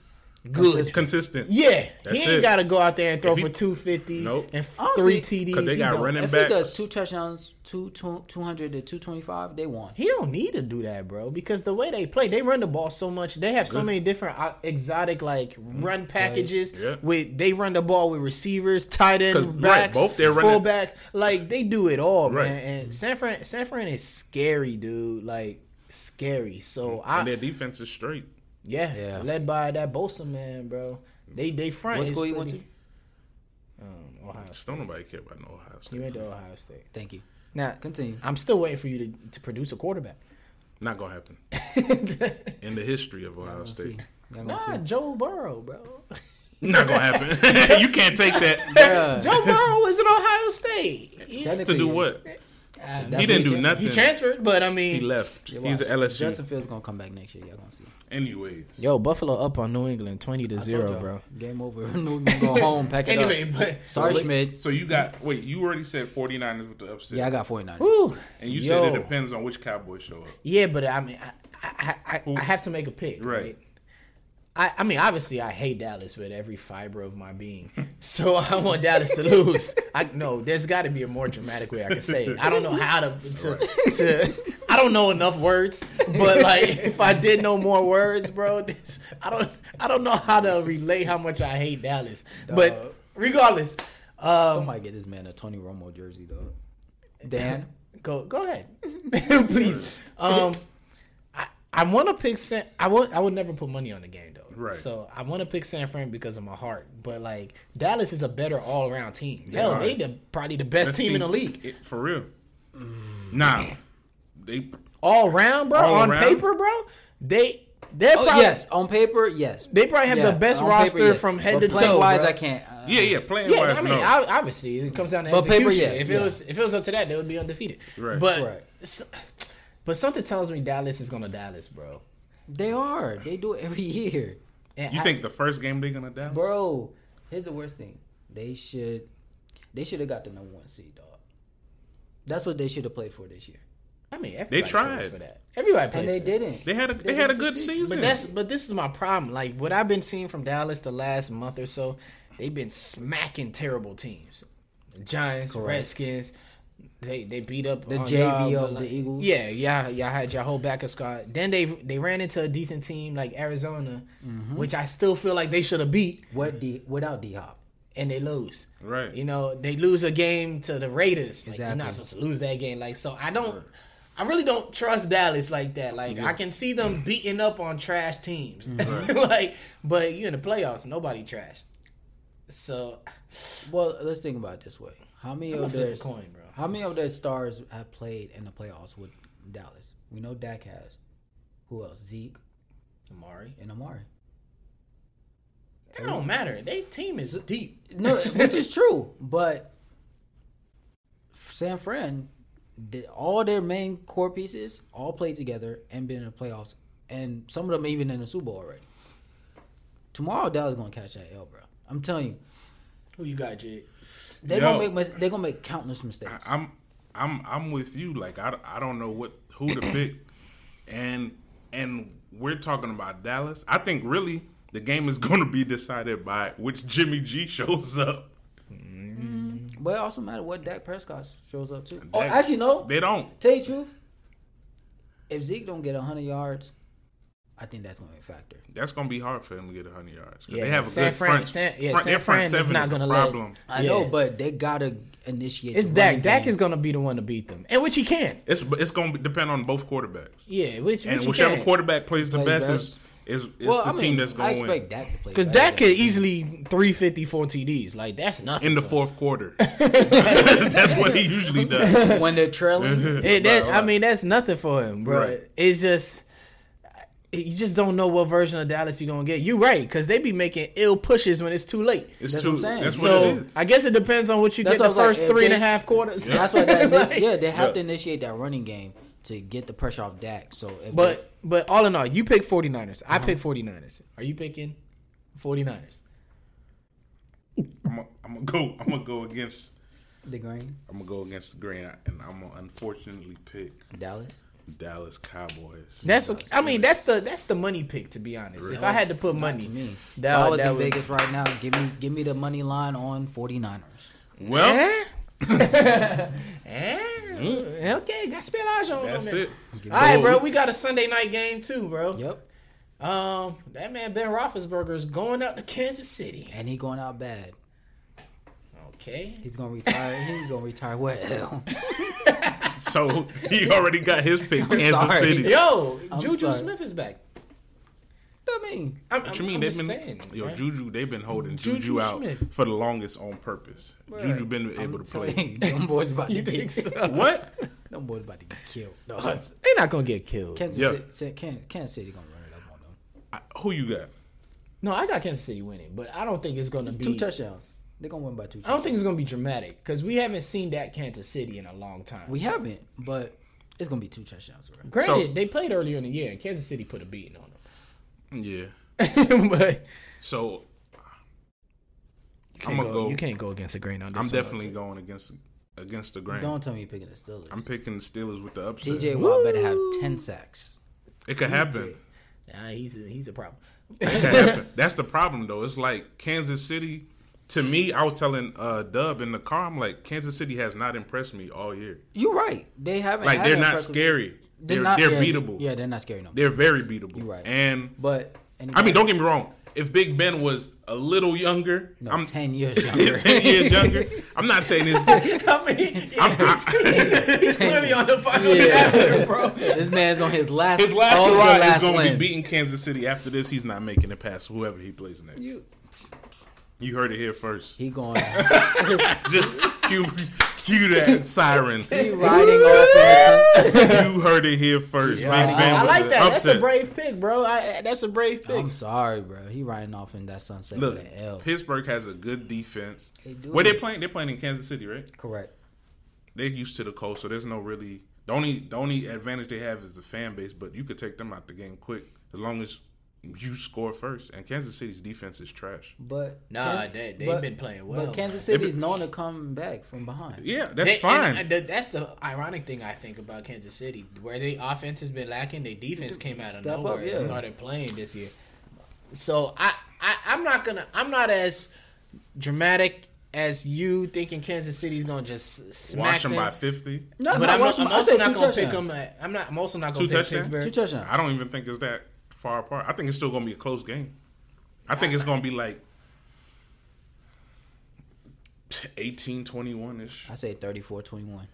Speaker 4: good.
Speaker 2: Consistent.
Speaker 3: Consistent.
Speaker 4: Yeah,
Speaker 3: That's
Speaker 4: he
Speaker 3: it.
Speaker 4: ain't gotta go out there and throw
Speaker 3: If he-
Speaker 4: for two fifty
Speaker 3: Nope.
Speaker 4: and
Speaker 2: Honestly,
Speaker 4: three TDs.
Speaker 3: 'cause they
Speaker 4: He
Speaker 3: got
Speaker 4: don't-
Speaker 3: running
Speaker 2: If
Speaker 3: backs.
Speaker 2: he does two touchdowns, two, two 200 to 225, they won.
Speaker 4: He don't need to do that, bro, because the way they play, they run the ball so much. They have so many different uh, exotic like run packages.
Speaker 3: Mm-hmm. Yeah.
Speaker 4: With they run the ball with receivers, tight
Speaker 3: 'Cause,
Speaker 4: end,
Speaker 3: right,
Speaker 4: backs,
Speaker 3: both they're running-
Speaker 4: fullback. Like they do it all,
Speaker 3: Right.
Speaker 4: man. And San Fran, San Fran is scary, dude. Like scary. So I
Speaker 3: And their defense is straight.
Speaker 4: Yeah,
Speaker 2: Yeah.
Speaker 4: Led by that Bosa man, bro. They they front.
Speaker 2: What
Speaker 4: is
Speaker 2: school you went
Speaker 4: pretty,
Speaker 2: to?
Speaker 4: Um, Ohio. State.
Speaker 3: Just don't nobody care about no Ohio State.
Speaker 4: You went to Ohio State.
Speaker 2: Thank you.
Speaker 4: Now
Speaker 2: Continue.
Speaker 4: I'm still waiting for you to, to produce a quarterback.
Speaker 3: Not gonna
Speaker 4: [laughs]
Speaker 3: happen. In the history of Ohio
Speaker 2: Let's see.
Speaker 3: State,
Speaker 2: Y'all gonna
Speaker 4: Nah,
Speaker 2: see.
Speaker 4: Joe Burrow, bro.
Speaker 3: not gonna happen.
Speaker 4: [laughs]
Speaker 3: you can't take that
Speaker 2: Bruh,
Speaker 4: Joe Burrow was in Ohio State. He,
Speaker 3: to
Speaker 2: technically,
Speaker 3: do what?
Speaker 4: uh,
Speaker 3: He didn't do nothing.
Speaker 4: he transferred, but I mean,
Speaker 3: He left.
Speaker 2: Yeah,
Speaker 3: He's
Speaker 2: watch.
Speaker 3: an LSU.
Speaker 2: Justin Fields gonna come back next year. Y'all gonna see.
Speaker 3: Anyways,
Speaker 4: yo, Buffalo up on New England, twenty to
Speaker 2: I told
Speaker 4: zero,
Speaker 2: y'all.
Speaker 4: bro.
Speaker 2: Game over. [laughs] New England go
Speaker 4: [laughs]
Speaker 2: home. Pack it
Speaker 4: Anyway,
Speaker 2: up.
Speaker 4: but
Speaker 2: Sorry,
Speaker 4: but-
Speaker 2: Schmidt.
Speaker 3: so you got wait. You already said 49ers with the upset.
Speaker 2: Yeah, I got 49.
Speaker 4: Woo.
Speaker 3: and you
Speaker 4: Yo.
Speaker 3: said it depends on which Cowboys show up.
Speaker 4: Yeah, but I mean, I I, I, I have to make a pick, right?
Speaker 3: Right.
Speaker 4: I, I mean, obviously, I hate Dallas with every fiber of my being, so [laughs] I want Dallas to lose. I no, there's got to be a more dramatic way I can say it. I don't know how to to, to I don't know enough words, but like if I did know more words, bro, this, I don't I don't know how to relay how much I hate Dallas. But regardless, um,
Speaker 2: Somebody get this man a Tony Romo jersey
Speaker 4: [laughs]
Speaker 2: though. Dan,
Speaker 4: go go
Speaker 3: [laughs]
Speaker 4: ahead, please. Um, I I want to pick San. I would I would never put money on the game though.
Speaker 3: Right.
Speaker 4: So I want to pick San Fran because of my heart, but like Dallas is a better all around team. Hell,
Speaker 3: are.
Speaker 4: they the probably the best
Speaker 3: Best
Speaker 4: team, in the league Mm.
Speaker 3: It- for real. Nah, they
Speaker 4: all round, bro.
Speaker 3: All
Speaker 4: on
Speaker 3: around?
Speaker 4: paper, bro, they they
Speaker 2: Oh
Speaker 4: probably
Speaker 2: yes, on paper, yes.
Speaker 4: they probably have
Speaker 2: Yeah,
Speaker 4: the best
Speaker 2: on paper,
Speaker 4: roster
Speaker 2: yes.
Speaker 4: from head
Speaker 2: But
Speaker 4: to
Speaker 2: playing
Speaker 4: toe.
Speaker 2: Wise,
Speaker 4: bro.
Speaker 2: I can't. uh,
Speaker 3: yeah yeah playing
Speaker 4: Yeah,
Speaker 3: wise
Speaker 4: I mean,
Speaker 3: no.
Speaker 4: ob- obviously it comes down to
Speaker 2: But paper,
Speaker 4: execution.
Speaker 2: yeah,
Speaker 4: if it
Speaker 2: yeah.
Speaker 4: was if it was up to that, they would be undefeated.
Speaker 3: Right.
Speaker 4: But
Speaker 2: Right.
Speaker 4: s- but something tells me Dallas is gonna Dallas, bro.
Speaker 2: They are. They do it every [laughs] year,
Speaker 4: And
Speaker 3: you
Speaker 4: I-
Speaker 3: think the first game they gonna Dallas?
Speaker 2: bro. Here's the worst thing. They should. They should have got the number one seed, dog. That's what they should have played for this year,
Speaker 4: I mean, everybody
Speaker 3: tried.
Speaker 4: plays for that. Everybody plays
Speaker 2: and they
Speaker 4: for
Speaker 2: didn't.
Speaker 3: They had a they had a good season.
Speaker 4: That. But that's but this is my problem. Like what I've been seeing from Dallas the last month or so, they've been smacking terrible teams. The Giants, Redskins. They they beat up
Speaker 2: The
Speaker 4: on
Speaker 2: JV
Speaker 4: y'all, but
Speaker 2: of the Eagles.
Speaker 4: Yeah, yeah, y'all had your whole backup squad. Then they they ran into a decent team like Arizona,
Speaker 2: Mm-hmm.
Speaker 4: which I still feel like they should have beat,
Speaker 2: What D without D Hop?
Speaker 4: and they lose.
Speaker 3: Right.
Speaker 4: You know, they lose a game to the Raiders. Like, You're
Speaker 2: Exactly.
Speaker 4: not supposed to lose that game. Like, so I don't, I really don't trust Dallas like that. Like, I can see them beating up on trash teams. [laughs] like, but you in the playoffs, nobody trash. So,
Speaker 2: Well, let's think about it this way. How many
Speaker 4: gonna
Speaker 2: of
Speaker 4: flip
Speaker 2: their
Speaker 4: a coin, bro.
Speaker 2: How many of their stars have played in the playoffs with Dallas? We know Dak has. Who else? Zeke
Speaker 4: Amari,
Speaker 2: and Amari.
Speaker 4: that don't matter. They team is deep.
Speaker 2: No, which is true, but San Fran, did, all their main core pieces all played together and been in the playoffs, and some of them even in the Super Bowl already. Tomorrow, Dallas gonna catch that L, bro. I'm telling you,
Speaker 4: Who you got, Jid?
Speaker 2: they
Speaker 3: Yo.
Speaker 2: gonna make mis- they gonna make countless mistakes.
Speaker 3: I'm I'm I'm with you. Like I, I don't know what who to pick, and and we're talking about Dallas. I think really the game is [laughs] going to be decided by which Jimmy G shows up.
Speaker 2: but it also matter what Dak Prescott shows up to. oh,
Speaker 3: Dak-
Speaker 2: actually, no.
Speaker 3: They don't.
Speaker 2: Tell you the truth, if Zeke don't get 100 yards, I think that's gonna be a factor.
Speaker 3: That's going to be hard for him to get 100 yards. 'Cause
Speaker 4: Yeah,
Speaker 3: they have a
Speaker 4: San
Speaker 3: good
Speaker 4: Fran-
Speaker 3: front.
Speaker 4: San- yeah,
Speaker 3: front-
Speaker 4: San
Speaker 3: their front
Speaker 4: Fran is
Speaker 3: seven
Speaker 4: not
Speaker 3: is
Speaker 4: gonna
Speaker 3: a
Speaker 4: let-
Speaker 3: problem.
Speaker 2: I
Speaker 4: Yeah.
Speaker 2: know, but they gotta initiate.
Speaker 4: It's
Speaker 2: the
Speaker 4: Dak.
Speaker 2: running
Speaker 4: Dak
Speaker 2: game.
Speaker 4: is gonna be the one to beat them, and which he can.
Speaker 3: It's it's going to depend on both quarterbacks,
Speaker 4: Yeah, which,
Speaker 3: and
Speaker 4: which
Speaker 3: whichever
Speaker 4: he can.
Speaker 3: quarterback plays the
Speaker 2: Plays
Speaker 3: best,
Speaker 2: best.
Speaker 3: is is, is
Speaker 2: Well,
Speaker 3: the
Speaker 2: I
Speaker 3: team
Speaker 2: mean,
Speaker 3: that's
Speaker 2: I
Speaker 3: going to
Speaker 2: expect
Speaker 3: win
Speaker 2: Dak to play
Speaker 4: Because
Speaker 2: better
Speaker 4: Dak
Speaker 2: than
Speaker 4: could
Speaker 2: him.
Speaker 4: easily 350, four TDs. Like, that's nothing.
Speaker 3: in the
Speaker 4: bro.
Speaker 3: fourth quarter. [laughs] that's what he usually does.
Speaker 2: when they're
Speaker 4: [laughs]
Speaker 2: trailing.
Speaker 4: It, that,
Speaker 3: Right,
Speaker 4: I
Speaker 3: right.
Speaker 4: mean, that's nothing for him, bro.
Speaker 3: Right.
Speaker 4: It's just you just don't know what version of Dallas you're gonna get. You're right, because they be making ill pushes when it's too late.
Speaker 3: It's
Speaker 2: That's
Speaker 3: too.
Speaker 2: what I'm saying.
Speaker 3: That's what it
Speaker 4: So
Speaker 3: is.
Speaker 4: I guess it depends on what you
Speaker 2: That's
Speaker 4: get
Speaker 2: what
Speaker 4: the
Speaker 2: I was
Speaker 4: first
Speaker 2: like,
Speaker 4: three and a
Speaker 2: if they-
Speaker 4: half quarters.
Speaker 2: That's why.
Speaker 4: [laughs]
Speaker 2: That,
Speaker 4: Like,
Speaker 2: yeah, they have
Speaker 3: Yeah.
Speaker 2: to initiate that running game to get the pressure off Dak. So, if
Speaker 4: But but all in all, you pick 49ers.
Speaker 2: Uh-huh.
Speaker 4: I pick 49ers. Are you picking 49ers?
Speaker 3: I'm gonna I'm go. I'm gonna go against.
Speaker 2: they- the green
Speaker 3: I'm gonna go against the grain, and I'm gonna unfortunately pick
Speaker 2: Dallas,
Speaker 3: Dallas Cowboys.
Speaker 4: That's okay. I mean that's the that's the money pick to be honest. If I had to put money,
Speaker 2: to me,
Speaker 4: that,
Speaker 2: if I was
Speaker 4: that
Speaker 2: in
Speaker 4: would-
Speaker 2: Vegas right now, give me give me the money line on 49ers.
Speaker 3: Well,
Speaker 4: Eh? Okay, got spillage on
Speaker 3: Mm. that's
Speaker 4: them.
Speaker 3: it.
Speaker 4: All right, bro. We got a Sunday night game too, bro.
Speaker 2: Yep,
Speaker 4: Um, that man Ben Roethlisberger is going up to Kansas City.
Speaker 2: and he going out bad.
Speaker 4: Okay.
Speaker 2: He's gonna retire. He's gonna retire. What? Hell?
Speaker 3: So [laughs] he already got his pick, Kansas
Speaker 2: sorry.
Speaker 3: City.
Speaker 4: Yo,
Speaker 2: I'm
Speaker 4: Juju
Speaker 2: sorry.
Speaker 4: Smith is back.
Speaker 2: What I mean,
Speaker 4: I'm,
Speaker 3: What
Speaker 4: I'm-
Speaker 3: you mean?
Speaker 4: I'm
Speaker 3: they've
Speaker 4: just
Speaker 3: been
Speaker 4: saying,
Speaker 3: yo
Speaker 4: right?
Speaker 3: Juju. They've been holding Juju,
Speaker 4: Juju
Speaker 3: out
Speaker 4: Smith.
Speaker 3: for the longest on purpose.
Speaker 2: [laughs]
Speaker 3: Juju been able to play.
Speaker 2: Hey, them boys about to
Speaker 4: [laughs] You
Speaker 2: get
Speaker 4: think so?
Speaker 3: What?
Speaker 2: [laughs] them boys about to get killed. No,
Speaker 4: they not gonna get killed.
Speaker 2: Kansas,
Speaker 3: Yeah.
Speaker 2: City, Sa- Kan- Kansas City gonna run it up on them.
Speaker 3: I, who you got?
Speaker 4: no, I got Kansas City winning, but I don't think it's gonna be
Speaker 2: Two touchdowns. They're gonna win by two.
Speaker 4: I
Speaker 2: touchdowns.
Speaker 4: don't think it's gonna be dramatic because we haven't seen that Kansas City in a long time.
Speaker 2: We haven't, but it's gonna be two touchdowns. Right?
Speaker 4: Granted,
Speaker 3: So-
Speaker 4: they played earlier in the year, and Kansas City put a
Speaker 3: [laughs]
Speaker 4: beating on
Speaker 3: Yeah.
Speaker 4: them. but
Speaker 3: So
Speaker 4: I'm
Speaker 3: I'm gonna go.
Speaker 4: You can't go against the grain on this.
Speaker 3: I'm
Speaker 4: one.
Speaker 3: definitely going against against the grain.
Speaker 2: Don't tell me you're picking the Steelers.
Speaker 3: I'm picking the Steelers with the upset.
Speaker 2: TJ Watt better have ten sacks.
Speaker 3: It could happen.
Speaker 4: Nah, he's a, he's a problem. [laughs]
Speaker 3: It could happen. That's the problem though. It's like Kansas City. To me, I was telling uh, Dub in the car. I'm like, Kansas City has not impressed me all year.
Speaker 2: You're right. They haven't.
Speaker 3: Like
Speaker 2: had
Speaker 3: they're
Speaker 2: an
Speaker 3: not
Speaker 2: impressive-
Speaker 3: scary. They're they're,
Speaker 2: yeah,
Speaker 3: beatable.
Speaker 2: Yeah, they're not scary. No,
Speaker 3: They're very beatable.
Speaker 2: right.
Speaker 3: And
Speaker 2: but anyway,
Speaker 3: I mean, don't get me wrong. If Big Ben was a little younger,
Speaker 2: no,
Speaker 3: I'm
Speaker 2: ten years
Speaker 3: Yeah,
Speaker 2: younger.
Speaker 3: [laughs] ten years younger. I'm not
Speaker 2: [laughs]
Speaker 3: saying this.
Speaker 4: I mean,
Speaker 3: I'm, I,
Speaker 4: he's clearly on the final
Speaker 2: Yeah.
Speaker 4: chapter,
Speaker 2: [laughs]
Speaker 4: bro.
Speaker 2: this man's on his last.
Speaker 3: [laughs] his last
Speaker 2: all the
Speaker 3: oh, is
Speaker 2: last
Speaker 3: going to
Speaker 2: win.
Speaker 3: be beating Kansas City. After this, he's not making it past whoever he plays next. You,
Speaker 2: You-
Speaker 3: heard it here first. [laughs]
Speaker 2: He going.
Speaker 3: Just cue, cue that
Speaker 4: [laughs]
Speaker 3: siren.
Speaker 2: He riding off. in the sun- [laughs]
Speaker 3: you heard it here first. Big Ben
Speaker 4: I
Speaker 3: with
Speaker 4: like
Speaker 3: the
Speaker 4: that. That's a
Speaker 3: upset.
Speaker 4: brave pick, bro. I, that's a brave pick.
Speaker 2: I'm sorry, bro. He riding off in that sunset
Speaker 3: Look,
Speaker 2: with an L.
Speaker 3: Pittsburgh has a good defense.
Speaker 2: They do.
Speaker 3: Where they playing? They're playing in Kansas City, right?
Speaker 2: Correct.
Speaker 3: They're used to the cold, so there's no really. The only the only advantage they have is the fan base, but you could take them out the game quick as long as you score first. And Kansas City's defense is trash.
Speaker 2: But
Speaker 4: Nah,
Speaker 2: Kan-
Speaker 4: they- they've been playing well.
Speaker 2: But Kansas
Speaker 3: They've
Speaker 2: City's
Speaker 3: been-
Speaker 2: known to come back from behind.
Speaker 3: Yeah, that's
Speaker 4: They-
Speaker 3: fine.
Speaker 4: and, uh, th- that's the ironic thing I think about Kansas City, where their offense has been lacking, their defense came out of
Speaker 2: Step up,
Speaker 4: nowhere
Speaker 2: yeah.
Speaker 4: and started playing this year. So I, I, I'm not gonna, I'm not as dramatic as you thinking Kansas City's gonna just s- smack
Speaker 3: Wash them
Speaker 4: them.
Speaker 3: by fifty.
Speaker 2: No, no,
Speaker 4: but I'm,
Speaker 2: watch
Speaker 4: I'm
Speaker 2: my- I
Speaker 4: also
Speaker 2: said
Speaker 4: not
Speaker 2: two
Speaker 4: gonna pick
Speaker 2: touchdowns.
Speaker 4: them. at- I'm not. I'm also not
Speaker 3: Two
Speaker 4: gonna pick
Speaker 3: touchdowns?
Speaker 2: Two
Speaker 4: Pittsburgh.
Speaker 2: touchdowns.
Speaker 3: I don't even think it's that far apart. I think it's still gonna be a close game. I think it's gonna be like 18 21 ish.
Speaker 2: I say 34-21.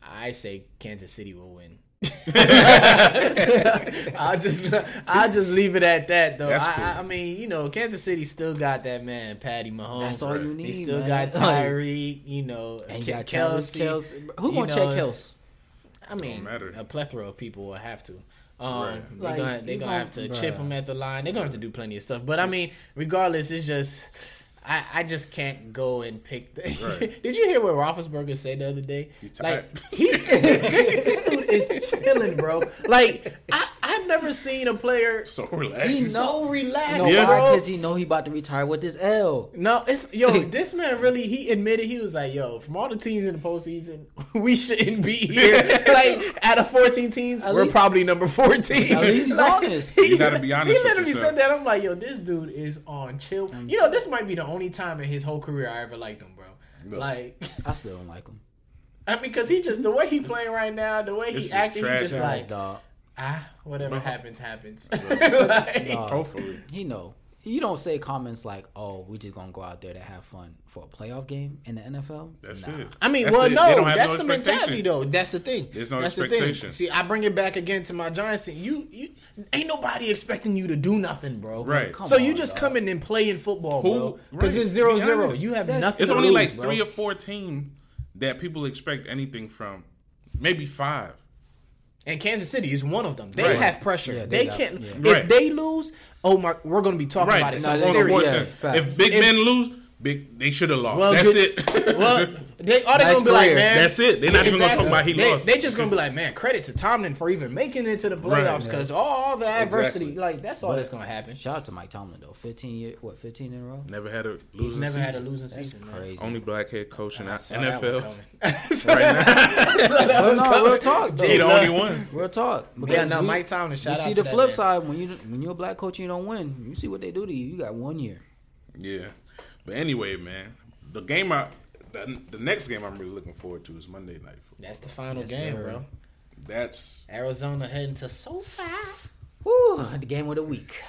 Speaker 4: I say Kansas City will
Speaker 3: [laughs]
Speaker 4: win. [laughs] I'll just I'll just leave it at that though.
Speaker 3: That's
Speaker 4: I,
Speaker 3: cool.
Speaker 4: I, I mean, you know, Kansas City still got that man, Patty Mahomes.
Speaker 2: That's all you
Speaker 4: They
Speaker 2: need,
Speaker 4: still
Speaker 2: man.
Speaker 4: got
Speaker 2: [laughs] Like-
Speaker 4: Tyreek, you know,
Speaker 2: And
Speaker 4: and
Speaker 2: you got Travis
Speaker 4: Kelsey.
Speaker 2: Kelsey. Who
Speaker 4: you
Speaker 2: gonna
Speaker 4: know,
Speaker 2: check
Speaker 4: [laughs]
Speaker 2: Kelsey?
Speaker 4: I mean,
Speaker 3: Don't matter.
Speaker 4: a plethora of people will have to. Um,
Speaker 3: Right.
Speaker 4: They're
Speaker 2: Like,
Speaker 4: gonna, they
Speaker 2: you
Speaker 4: gonna
Speaker 2: gon-
Speaker 4: have to chip
Speaker 2: bruh.
Speaker 4: him at the line. They're gonna have to do plenty of stuff. But I mean, regardless, it's just I, I just can't go and pick. The,
Speaker 3: Right.
Speaker 4: [laughs] Did you hear what Roethlisberger said the other day?
Speaker 3: He's tired.
Speaker 4: [laughs] Like he's this, this dude is chilling, bro. [laughs] Like I, I've never seen a player
Speaker 3: So [laughs] relax.
Speaker 2: He know-
Speaker 4: so relaxed,
Speaker 2: No,
Speaker 3: Yeah.
Speaker 2: why?
Speaker 4: bro.
Speaker 2: Because he know he about to retire with this L.
Speaker 4: No, it's
Speaker 2: [laughs]
Speaker 4: yo. This man really he admitted he was like, yo, from all the teams in the postseason, [laughs] we shouldn't
Speaker 2: [laughs]
Speaker 4: be here. like out of fourteen teams,
Speaker 2: At
Speaker 4: we're
Speaker 2: least-
Speaker 4: probably number fourteen.
Speaker 2: At least he's
Speaker 4: [laughs] Like,
Speaker 2: honest.
Speaker 4: He,
Speaker 3: You gotta be honest
Speaker 4: He
Speaker 3: with
Speaker 4: literally
Speaker 3: yourself.
Speaker 4: said that. I'm like, yo, this dude is on chill. You know, this might be the only time in his whole career I ever liked him, bro.
Speaker 3: No.
Speaker 4: Like, [laughs]
Speaker 2: I still don't like him.
Speaker 4: I mean, because he just the way he playing right now, the way
Speaker 3: This is
Speaker 4: he acting, he
Speaker 3: trash,
Speaker 4: just
Speaker 3: man.
Speaker 4: like
Speaker 2: dog.
Speaker 4: ah, whatever happens, happens. [laughs] Like,
Speaker 3: Hopefully.
Speaker 2: He know. You don't say comments like, "Oh, we just gonna go out there to have fun for a playoff game in the NFL."
Speaker 3: That's
Speaker 2: Nah.
Speaker 3: it.
Speaker 4: I mean,
Speaker 3: That's
Speaker 4: well,
Speaker 3: the- they
Speaker 4: no,
Speaker 3: don't have
Speaker 4: that's
Speaker 3: no
Speaker 4: the
Speaker 3: expectation.
Speaker 4: mentality, though. That's the thing.
Speaker 3: There's no
Speaker 4: that's The
Speaker 3: expectation.
Speaker 4: thing. See, I bring it back again to my Giants thing. You, you ain't nobody expecting you to do nothing, bro.
Speaker 3: Right.
Speaker 2: Come
Speaker 4: so you
Speaker 2: on,
Speaker 4: just
Speaker 2: dog.
Speaker 4: come in and play in football,
Speaker 3: Who-
Speaker 4: bro. Because
Speaker 3: right.
Speaker 4: it's zero
Speaker 3: Be
Speaker 4: zero.
Speaker 3: honest.
Speaker 4: You have
Speaker 2: That's-
Speaker 4: nothing.
Speaker 3: It's
Speaker 4: to
Speaker 3: only
Speaker 4: lose,
Speaker 3: like
Speaker 4: bro.
Speaker 3: three or four teams that people expect anything from. Maybe five.
Speaker 4: And Kansas City is one of them. They
Speaker 3: Right.
Speaker 4: have pressure.
Speaker 2: Yeah,
Speaker 4: they
Speaker 2: they got-
Speaker 4: can't.
Speaker 2: yeah.
Speaker 4: If
Speaker 3: Right.
Speaker 4: they lose, oh my, we're going to be talking about
Speaker 3: Right.
Speaker 4: it.
Speaker 2: No,
Speaker 4: So
Speaker 2: this is
Speaker 4: serious.
Speaker 2: serious.
Speaker 3: Sports-
Speaker 2: Yeah,
Speaker 3: if
Speaker 2: facts.
Speaker 3: Big
Speaker 4: If-
Speaker 3: Men lose, big they should have lost.
Speaker 4: Well,
Speaker 3: That's
Speaker 4: good-
Speaker 3: it. [laughs]
Speaker 4: well, they all they
Speaker 2: Nice
Speaker 4: gonna be like,
Speaker 2: career.
Speaker 4: man.
Speaker 3: That's it. They're not even gonna talk about he
Speaker 4: They-
Speaker 3: lost.
Speaker 4: They just gonna be like, man, credit to Tomlin for even making it to the
Speaker 3: Right.
Speaker 4: playoffs because all the adversity,
Speaker 3: Exactly.
Speaker 4: like that's all that's gonna happen.
Speaker 2: Shout out to Mike Tomlin though. Fifteen year, what? Fifteen in a row.
Speaker 3: never had a losing
Speaker 4: Never
Speaker 3: season.
Speaker 4: had a losing season. man.
Speaker 2: Crazy.
Speaker 3: Only black head coach in
Speaker 4: Saw that one
Speaker 3: NFL.
Speaker 4: coming.
Speaker 3: Right now, [laughs]
Speaker 2: no, no, real talk. Though.
Speaker 3: he the only one.
Speaker 2: Real talk.
Speaker 4: Yeah, no, Mike Tomlin, shout
Speaker 2: you
Speaker 4: out
Speaker 2: see
Speaker 4: to
Speaker 2: the
Speaker 4: that
Speaker 2: flip
Speaker 4: man.
Speaker 2: side when you when you're a black coach, and you don't win. You see what they do to you. You got one year.
Speaker 3: Yeah. But anyway, man, the game I the, the next game I'm really looking forward to is Monday night. Football.
Speaker 4: That's the final
Speaker 2: Yes,
Speaker 4: game,
Speaker 2: sir.
Speaker 4: bro.
Speaker 3: That's
Speaker 4: Arizona heading to SoFi.
Speaker 2: Whew, the game of the week.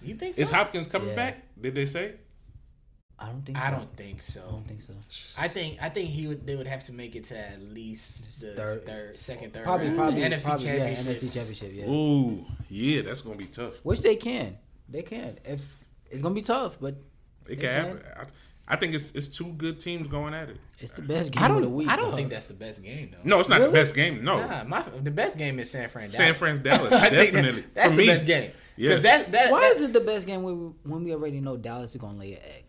Speaker 4: You think so?
Speaker 3: is Hopkins coming
Speaker 2: Yeah.
Speaker 3: back? Did they say?
Speaker 2: I don't think.
Speaker 4: I
Speaker 2: so.
Speaker 4: don't think
Speaker 2: I
Speaker 4: so.
Speaker 2: don't think so.
Speaker 4: I think I think he would they would have to make it to at least the
Speaker 2: Third.
Speaker 4: third, second, third
Speaker 2: Probably,
Speaker 4: round.
Speaker 2: probably,
Speaker 4: NFC
Speaker 2: probably,
Speaker 4: Championship.
Speaker 2: Yeah, NFC Championship. Yeah.
Speaker 3: Ooh, yeah, that's gonna be tough.
Speaker 2: Which they can. They can. If it's gonna be tough, but
Speaker 3: It
Speaker 2: They
Speaker 3: can
Speaker 2: can.
Speaker 3: happen. I, I think it's it's two good teams going at it.
Speaker 2: it's the best game
Speaker 4: I
Speaker 2: of the week.
Speaker 4: don't. I don't
Speaker 2: dog.
Speaker 4: think that's the best game though.
Speaker 3: No, it's not
Speaker 2: Really?
Speaker 3: the best game. No,
Speaker 4: Nah, my, the best game is San Fran.
Speaker 3: San
Speaker 4: Dallas. [laughs]
Speaker 3: Fran's Dallas.
Speaker 4: I think that-
Speaker 3: definitely.
Speaker 4: that's
Speaker 3: For
Speaker 4: the
Speaker 3: me,
Speaker 4: best game.
Speaker 3: Yes.
Speaker 4: Because that, that
Speaker 2: Why
Speaker 4: that-
Speaker 2: is it the best game when we, when we already know Dallas is gonna lay an egg?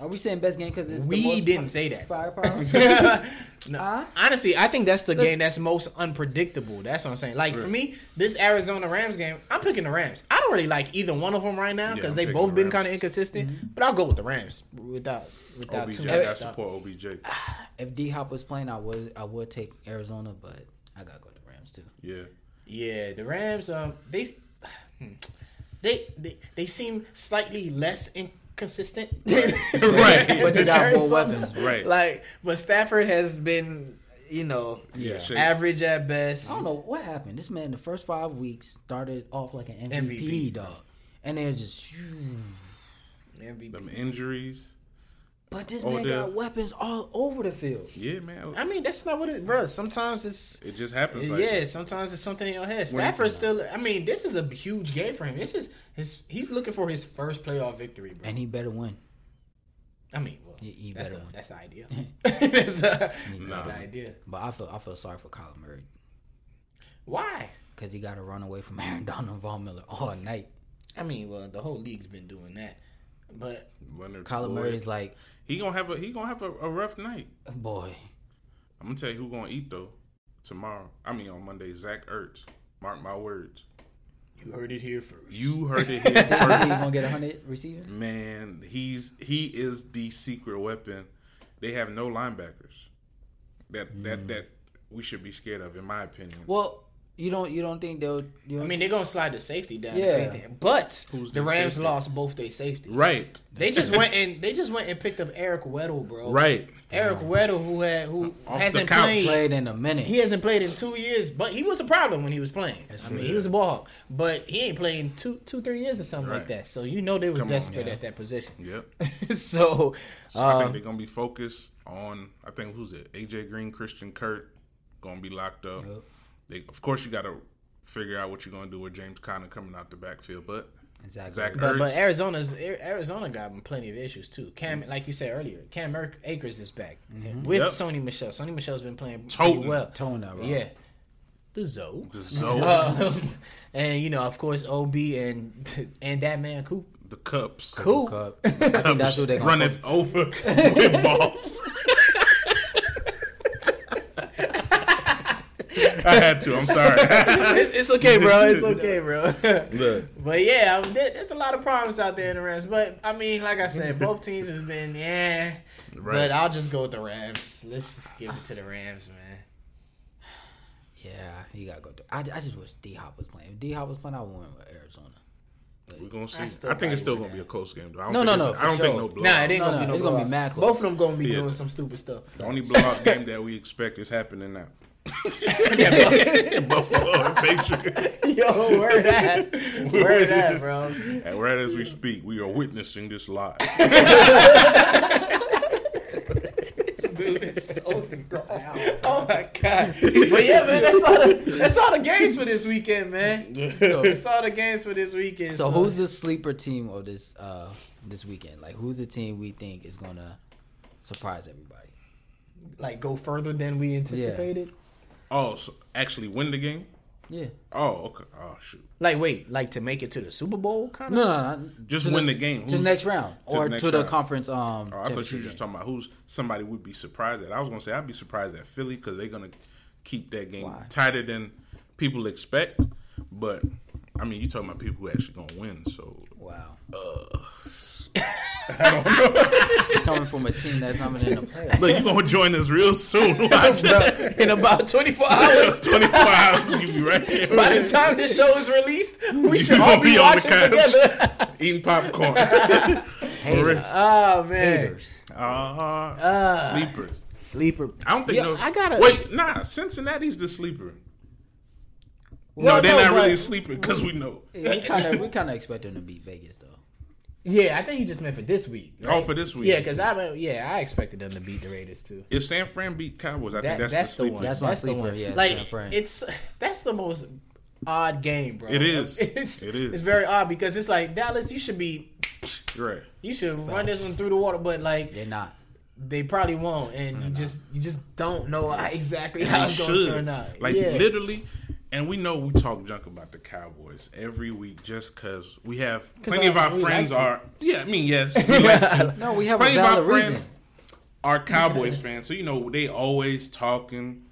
Speaker 2: Are we saying best game because it's the
Speaker 4: We
Speaker 2: most
Speaker 4: didn't
Speaker 2: fi-
Speaker 4: say that. [laughs]
Speaker 2: firepower?
Speaker 4: No.
Speaker 2: [laughs] Huh?
Speaker 4: Honestly, I think that's the
Speaker 2: Let's-
Speaker 4: game that's most unpredictable. That's what I'm saying. Like for me, this Arizona Rams game, I'm picking the Rams. I don't really like either one of them right now
Speaker 3: Yeah,
Speaker 4: because
Speaker 3: I'm
Speaker 4: they
Speaker 3: picking
Speaker 4: both
Speaker 3: the
Speaker 4: been
Speaker 3: Rams.
Speaker 4: kind of inconsistent.
Speaker 2: Mm-hmm.
Speaker 4: But I'll go with the Rams without without
Speaker 3: OBJ.
Speaker 4: too much
Speaker 3: I
Speaker 4: thought.
Speaker 3: support OBJ.
Speaker 2: if D Hop was playing, I would I would take Arizona, but I gotta go with the Rams too.
Speaker 3: Yeah,
Speaker 4: Yeah, the Rams. Um, they hmm, they they, they seem slightly less
Speaker 2: [laughs]
Speaker 4: inconsistent.
Speaker 3: Right.
Speaker 4: than
Speaker 2: But they got more
Speaker 4: Arizona.
Speaker 2: weapons,
Speaker 3: bro. Right.
Speaker 4: Like, but Stafford has been, you know,
Speaker 3: yeah. shit.
Speaker 4: average at best.
Speaker 2: I don't know what happened. This man, the first five weeks started off like an MVP,
Speaker 4: MVP.
Speaker 2: dog, and then just.
Speaker 4: MVP.
Speaker 3: Them injuries.
Speaker 2: But this
Speaker 3: Oh,
Speaker 2: man
Speaker 3: yeah.
Speaker 2: got weapons all over the field.
Speaker 3: Yeah, man.
Speaker 4: I mean, that's not what it, bro. Sometimes it's.
Speaker 3: It just happens. Like,
Speaker 4: Yeah, sometimes it's something in your head. Stafford still. I mean, this is a huge game for him. This is his. He's looking for his first playoff victory, bro.
Speaker 2: And he better win.
Speaker 4: I mean, well,
Speaker 2: He- he
Speaker 4: that's, the,
Speaker 2: better win.
Speaker 4: that's
Speaker 2: [laughs]
Speaker 4: the idea. [laughs] that's the,
Speaker 3: Nah.
Speaker 4: that's the idea.
Speaker 2: But I feel I feel sorry for Kyler Murray
Speaker 4: Why?
Speaker 2: because he got to run away from [laughs] Aaron Donald and Von Miller all night.
Speaker 4: I mean, well, the whole league's been doing that, but
Speaker 3: Leonard
Speaker 2: Kyler
Speaker 3: Floyd.
Speaker 2: Murray's like,
Speaker 3: He gonna have a he gonna have a, a rough night.
Speaker 2: boy,
Speaker 3: I'm gonna tell you who gonna eat though tomorrow. I mean on Monday. Zach Ertz. Mark my words.
Speaker 4: you heard it here first.
Speaker 3: You heard it here
Speaker 2: you think
Speaker 3: first.
Speaker 2: he's gonna get hundred receiving?
Speaker 3: Man, he's he is the secret weapon. They have no linebackers. That that that we should be scared of, in my opinion.
Speaker 2: Well, you don't you don't think they'll? You
Speaker 4: I
Speaker 2: don't-
Speaker 4: mean, they're gonna slide the safety down.
Speaker 2: Yeah.
Speaker 4: if anything. but
Speaker 3: Who's
Speaker 4: the
Speaker 3: their
Speaker 4: Rams
Speaker 3: safety?
Speaker 4: lost both their safeties.
Speaker 3: right,
Speaker 4: They just went and they just went and picked up Eric Weddle, bro.
Speaker 3: right.
Speaker 4: Eric Weddle, who had who
Speaker 3: Off the
Speaker 4: hasn't
Speaker 3: couch.
Speaker 4: played.
Speaker 2: played in a minute.
Speaker 4: He hasn't played in two years, but he was a problem when he was playing. I mean, he was a ball hawk, but he ain't playing two, two, three years or something like
Speaker 3: Right.
Speaker 4: that. So you know they were
Speaker 3: Come on,
Speaker 4: desperate
Speaker 2: yeah.
Speaker 4: at that position.
Speaker 3: [laughs] Yep. So
Speaker 4: so,
Speaker 3: I
Speaker 2: Um,
Speaker 3: think they're gonna be focused on. I think who's it? AJ Green, Christian Kirk, gonna be locked up.
Speaker 2: Yep.
Speaker 3: They, of course, you gotta figure out what you're gonna do with James Conner coming out the backfield, but
Speaker 2: Zach
Speaker 3: Zach
Speaker 2: Ertz.
Speaker 4: but, but
Speaker 3: Ertz.
Speaker 4: Arizona's Arizona got plenty of issues too. Cam, like you said earlier, Cam Erk- Akers is back with
Speaker 3: Yep.
Speaker 4: Sony Michelle. Sony Michelle's been playing pretty
Speaker 3: Toting.
Speaker 4: well.
Speaker 2: Tone that, bro.
Speaker 4: Yeah, the Zoe.
Speaker 2: [laughs]
Speaker 3: the Zoe,
Speaker 4: Um, and you know, of course, Ob and [laughs] and that man Coop.
Speaker 3: the cups,
Speaker 4: Coop.
Speaker 2: Cup. [laughs] I think that's who they gonna
Speaker 3: runneth
Speaker 2: [laughs]
Speaker 3: over with balls. I had to. I'm sorry. [laughs]
Speaker 4: it's, it's okay, bro. It's okay, bro.
Speaker 3: Look,
Speaker 4: [laughs] but yeah, I mean, there, there's a lot of problems out there in the Rams. But I mean, like I said, [laughs] both teams has been yeah. But
Speaker 3: Right.
Speaker 4: I'll just go with the Rams. Let's just give it to the Rams, man.
Speaker 2: Yeah, you gotta go. Through. I, I just wish D Hop was playing. If D Hop was playing, I would win with Arizona.
Speaker 3: we're gonna see.
Speaker 4: I
Speaker 3: I,
Speaker 4: still
Speaker 3: think it's still
Speaker 4: value
Speaker 3: gonna be a close game, though. I
Speaker 2: No,
Speaker 3: don't think
Speaker 2: no,
Speaker 3: it's-
Speaker 2: no,
Speaker 3: I don't
Speaker 2: for
Speaker 3: think
Speaker 2: sure.
Speaker 3: no blowout.
Speaker 4: Nah, it ain't
Speaker 2: No,
Speaker 4: gonna
Speaker 2: no,
Speaker 4: be no.
Speaker 2: it's gonna be
Speaker 4: blowout.
Speaker 2: mad close.
Speaker 4: Both of them gonna be
Speaker 3: Yeah.
Speaker 4: doing some stupid stuff.
Speaker 3: The only blowout game that we expect is happening now. Buffalo and Patriots.
Speaker 4: [laughs] Yo, where that? Where that, bro?
Speaker 3: And right as we speak, we are witnessing this live.
Speaker 4: Dude, it's [laughs] so Oh my god! But yeah, man, that's all. The, that's all the games for this weekend, [laughs] man. That's all the games for this weekend.
Speaker 2: So who's the sleeper team of this uh this weekend? Like who's the team we think is gonna surprise everybody?
Speaker 4: like go further than we anticipated?
Speaker 3: oh, so actually win the game?
Speaker 2: Yeah.
Speaker 3: Oh, okay. Oh, shoot.
Speaker 4: Like wait, like to make it to the Super Bowl kind of?
Speaker 2: No, no, no.
Speaker 3: Just
Speaker 2: To
Speaker 3: win the game.
Speaker 2: to the
Speaker 3: Who's-
Speaker 2: next round
Speaker 3: to the
Speaker 2: or
Speaker 3: next
Speaker 2: to the
Speaker 3: round.
Speaker 2: conference. Um,
Speaker 3: Oh, I thought you
Speaker 2: championship
Speaker 3: were just talking about who's somebody would be surprised at. I was gonna say I'd be surprised at Philly because they're gonna keep that game
Speaker 2: Why?
Speaker 3: tighter than people expect. But I mean, you talking about people who actually gonna win. So
Speaker 2: game. Wow. it's coming from a team that's not even in the
Speaker 3: [laughs]
Speaker 2: playoffs.
Speaker 3: look, you gonna join us
Speaker 2: [laughs]
Speaker 3: real soon. Watch out.
Speaker 4: In about [laughs] 24 hours.
Speaker 3: 24 hours, you be right here.
Speaker 4: By the time this show is released,
Speaker 3: You
Speaker 4: we should all
Speaker 3: gonna
Speaker 4: be,
Speaker 3: be on the
Speaker 4: watching
Speaker 3: couch.
Speaker 4: together.
Speaker 3: eating
Speaker 4: [laughs]
Speaker 3: popcorn. For real.
Speaker 2: Haters.
Speaker 4: Oh man,
Speaker 2: Haters.
Speaker 3: Uh-huh. Sleepers.
Speaker 4: uh, sleeper.
Speaker 3: I don't think
Speaker 4: Yeah,
Speaker 3: no.
Speaker 4: I gotta-
Speaker 3: wait. Nah, Cincinnati's the sleeper.
Speaker 2: Well,
Speaker 3: no, they're
Speaker 2: no,
Speaker 3: not
Speaker 2: but-
Speaker 3: really a sleeper because we know.
Speaker 2: Yeah, we kind of we kind of expect them to beat Vegas though.
Speaker 4: Yeah, I think he just meant for this week.
Speaker 3: Oh, for this week.
Speaker 4: Yeah, because I yeah I expected them to beat the Raiders too.
Speaker 3: If San Fran beat Cowboys, I
Speaker 4: That,
Speaker 3: think that's,
Speaker 4: that's,
Speaker 3: the
Speaker 4: the
Speaker 3: sleeper.
Speaker 4: one.
Speaker 2: That's my sleeper, yeah, it's San
Speaker 4: like
Speaker 2: Fran.
Speaker 4: it's that's the most odd game, bro.
Speaker 3: It is.
Speaker 4: [laughs] It's,
Speaker 3: It is.
Speaker 4: It's very odd because it's like Dallas. You should be.
Speaker 3: Right.
Speaker 4: You should run this one through the water, but like
Speaker 2: They're not.
Speaker 4: they probably won't, and you just you just don't know how- exactly how
Speaker 3: They
Speaker 4: it's going to
Speaker 3: should.
Speaker 4: turn out.
Speaker 3: Like
Speaker 4: yeah.
Speaker 3: literally, and we know we talk junk about the Cowboys every week just because we have plenty of
Speaker 4: I-
Speaker 3: our
Speaker 4: we
Speaker 3: friends
Speaker 4: like to.
Speaker 3: are. Yeah, I
Speaker 2: [laughs]
Speaker 3: mean yes, we like to.
Speaker 2: No, we have
Speaker 3: plenty
Speaker 2: a
Speaker 3: of our
Speaker 2: valid reason.
Speaker 3: friends
Speaker 2: [laughs]
Speaker 3: are Cowboys fans, so you know they always talking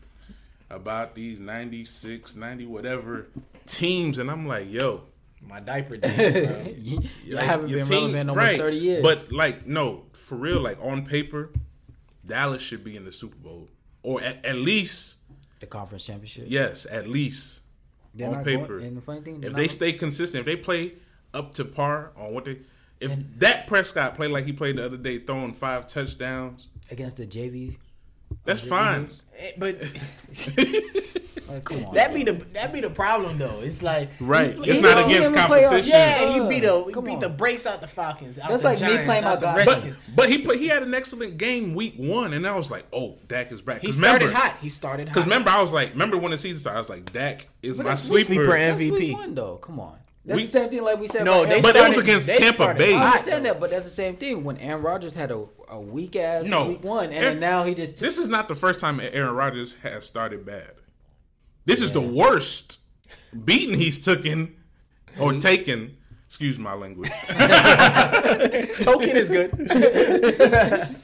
Speaker 3: about these 96, 90 whatever teams, and I'm like, yo,
Speaker 4: my diaper days, bro.
Speaker 2: [laughs] You, you
Speaker 3: like,
Speaker 2: haven't
Speaker 3: your
Speaker 2: been
Speaker 3: team-
Speaker 2: relevant in almost
Speaker 3: right.
Speaker 2: thirty years.
Speaker 3: But like, no, for real, like on paper, Dallas should be in the Super Bowl, or at, at least,
Speaker 2: the conference championship.
Speaker 3: yes, at least
Speaker 2: They're
Speaker 3: on
Speaker 2: not
Speaker 3: paper.
Speaker 2: Going, and the funny thing, they're
Speaker 3: if
Speaker 2: not
Speaker 3: they
Speaker 2: going-
Speaker 3: stay consistent, if they play up to par on what they, if that Prescott played like he played the other day, throwing five touchdowns,
Speaker 2: against the JV,
Speaker 3: that's
Speaker 2: Is it
Speaker 3: fine.
Speaker 4: Eh,
Speaker 3: [laughs]
Speaker 4: but
Speaker 2: like, come on,
Speaker 4: that be the that be the problem though. It's like
Speaker 3: Right,
Speaker 4: You,
Speaker 3: it's
Speaker 4: you
Speaker 3: not
Speaker 4: know,
Speaker 3: against
Speaker 2: in the playoffs,
Speaker 3: competition.
Speaker 4: Yeah,
Speaker 2: Yeah,
Speaker 4: he beat the he
Speaker 2: Uh, come
Speaker 4: beat
Speaker 2: on.
Speaker 4: the brakes out the Falcons. Out
Speaker 2: That's
Speaker 4: the
Speaker 2: like me
Speaker 4: Giants,
Speaker 2: playing
Speaker 4: out
Speaker 2: my
Speaker 4: the
Speaker 2: God.
Speaker 4: Redskins.
Speaker 3: But but he played, he had an excellent game week one, and I was like, oh, Dak is back.
Speaker 4: He
Speaker 3: 'Cause
Speaker 4: started
Speaker 3: remember-
Speaker 4: hot. He started hot.
Speaker 3: Because remember, I was like, remember when the season started, I was like, Dak is my
Speaker 2: that's-
Speaker 3: sleeper.
Speaker 4: Sleeper and-
Speaker 2: That's week
Speaker 4: MVP.
Speaker 2: one though. Come on, that's
Speaker 3: We-
Speaker 2: the same thing like we said.
Speaker 4: No,
Speaker 2: about
Speaker 4: they
Speaker 2: Aaron
Speaker 3: But it was
Speaker 4: started-
Speaker 3: against
Speaker 4: they
Speaker 3: Tampa
Speaker 4: started
Speaker 3: Bay.
Speaker 2: I
Speaker 4: hot.
Speaker 2: understand that, but that's the same thing. When Aaron Rodgers had a, a weak ass
Speaker 3: No.
Speaker 2: week one, and then
Speaker 3: Aaron-
Speaker 2: now he just
Speaker 3: This is not the first time Aaron Rodgers has started bad. This is the worst beating he's taken or taken. Excuse my language.
Speaker 4: Token is [laughs] good.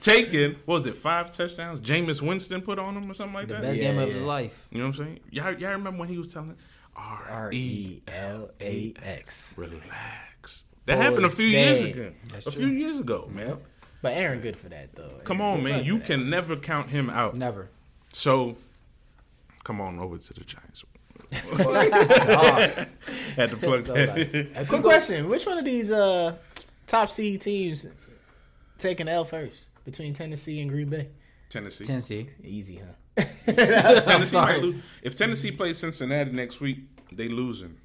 Speaker 3: taken. What was it? Five touchdowns. Jameis Winston put on him or something like that.
Speaker 2: best
Speaker 4: Yeah,
Speaker 2: game of
Speaker 4: yeah.
Speaker 2: his life.
Speaker 3: You know what I'm saying? Y'all, y'all remember when he was telling R E
Speaker 4: L A X.
Speaker 3: relax. That happened a
Speaker 4: Boy,
Speaker 3: few
Speaker 4: sad.
Speaker 3: years ago. a few years ago, man.
Speaker 4: But Aaron good for that though.
Speaker 3: Come on, man. You can never count him out.
Speaker 2: Never.
Speaker 3: So, come on over to the Giants. [laughs] Had to plug that.
Speaker 4: Quick question: Which one of these uh, top seed teams taking the L first between Tennessee and Green Bay?
Speaker 3: Tennessee. Tennessee,
Speaker 2: Tennessee.
Speaker 4: Easy, huh?
Speaker 3: might lose. If Tennessee plays Cincinnati next week, they losing.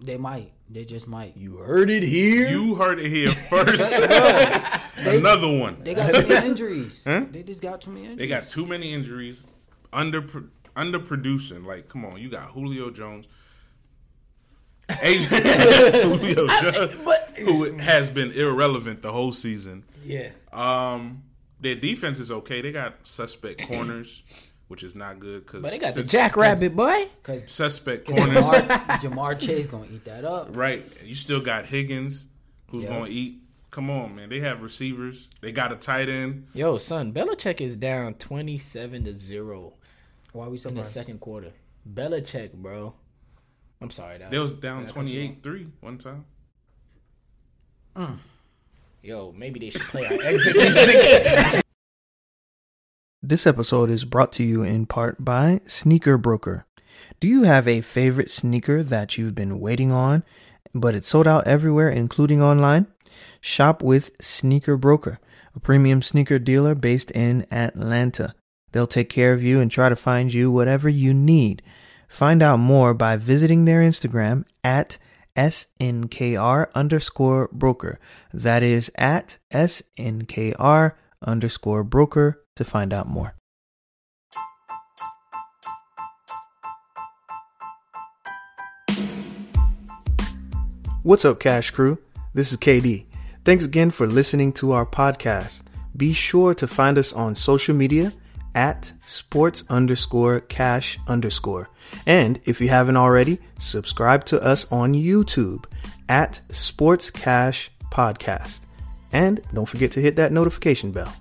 Speaker 2: They might. They just might.
Speaker 4: You heard it here.
Speaker 3: You heard it here first. [laughs] Another one.
Speaker 2: They
Speaker 4: [laughs]
Speaker 2: got too many injuries. They just got too many
Speaker 3: They
Speaker 2: injuries.
Speaker 3: got too many injuries, under underproducing. Like, come on, you got Julio Jones, AJ [laughs] Julio Jones,
Speaker 4: but-
Speaker 3: who has been irrelevant the whole season.
Speaker 4: yeah,
Speaker 3: Um, their defense is okay. They got suspect corners, which is not good because
Speaker 4: but they got the Jackrabbit boy. [laughs]
Speaker 2: Because
Speaker 3: suspect corners.
Speaker 2: Jamar, Jamar Chase gonna eat that up.
Speaker 3: right, you still got Higgins, who's
Speaker 2: Yeah.
Speaker 3: going to eat. Come on, man. They have receivers. They got a tight end.
Speaker 4: Yo, son, Belichick is down twenty-seven to zero
Speaker 2: Why are we so
Speaker 4: in the
Speaker 2: much?
Speaker 4: second quarter. Belichick, bro. I'm sorry,
Speaker 3: They
Speaker 4: that
Speaker 3: was down twenty eight three one time.
Speaker 4: yo. Maybe they
Speaker 3: [laughs]
Speaker 4: should play our exit music.
Speaker 1: This episode is brought to you in part by Sneaker Broker. Do you have a favorite sneaker that you've been waiting on, but it's sold out everywhere, including online? Shop with Sneaker Broker, a premium sneaker dealer based in Atlanta. They'll take care of you and try to find you whatever you need. Find out more by visiting their Instagram at SNKR underscore broker. That is at SNKR underscore broker to find out more. What's up, Cash Crew? This is KD. Thanks again for listening to our podcast. Be sure to find us on social media at sports underscore cash underscore. And if you haven't already, subscribe to us on YouTube at Sports Cash Podcast. And don't forget to hit that notification bell.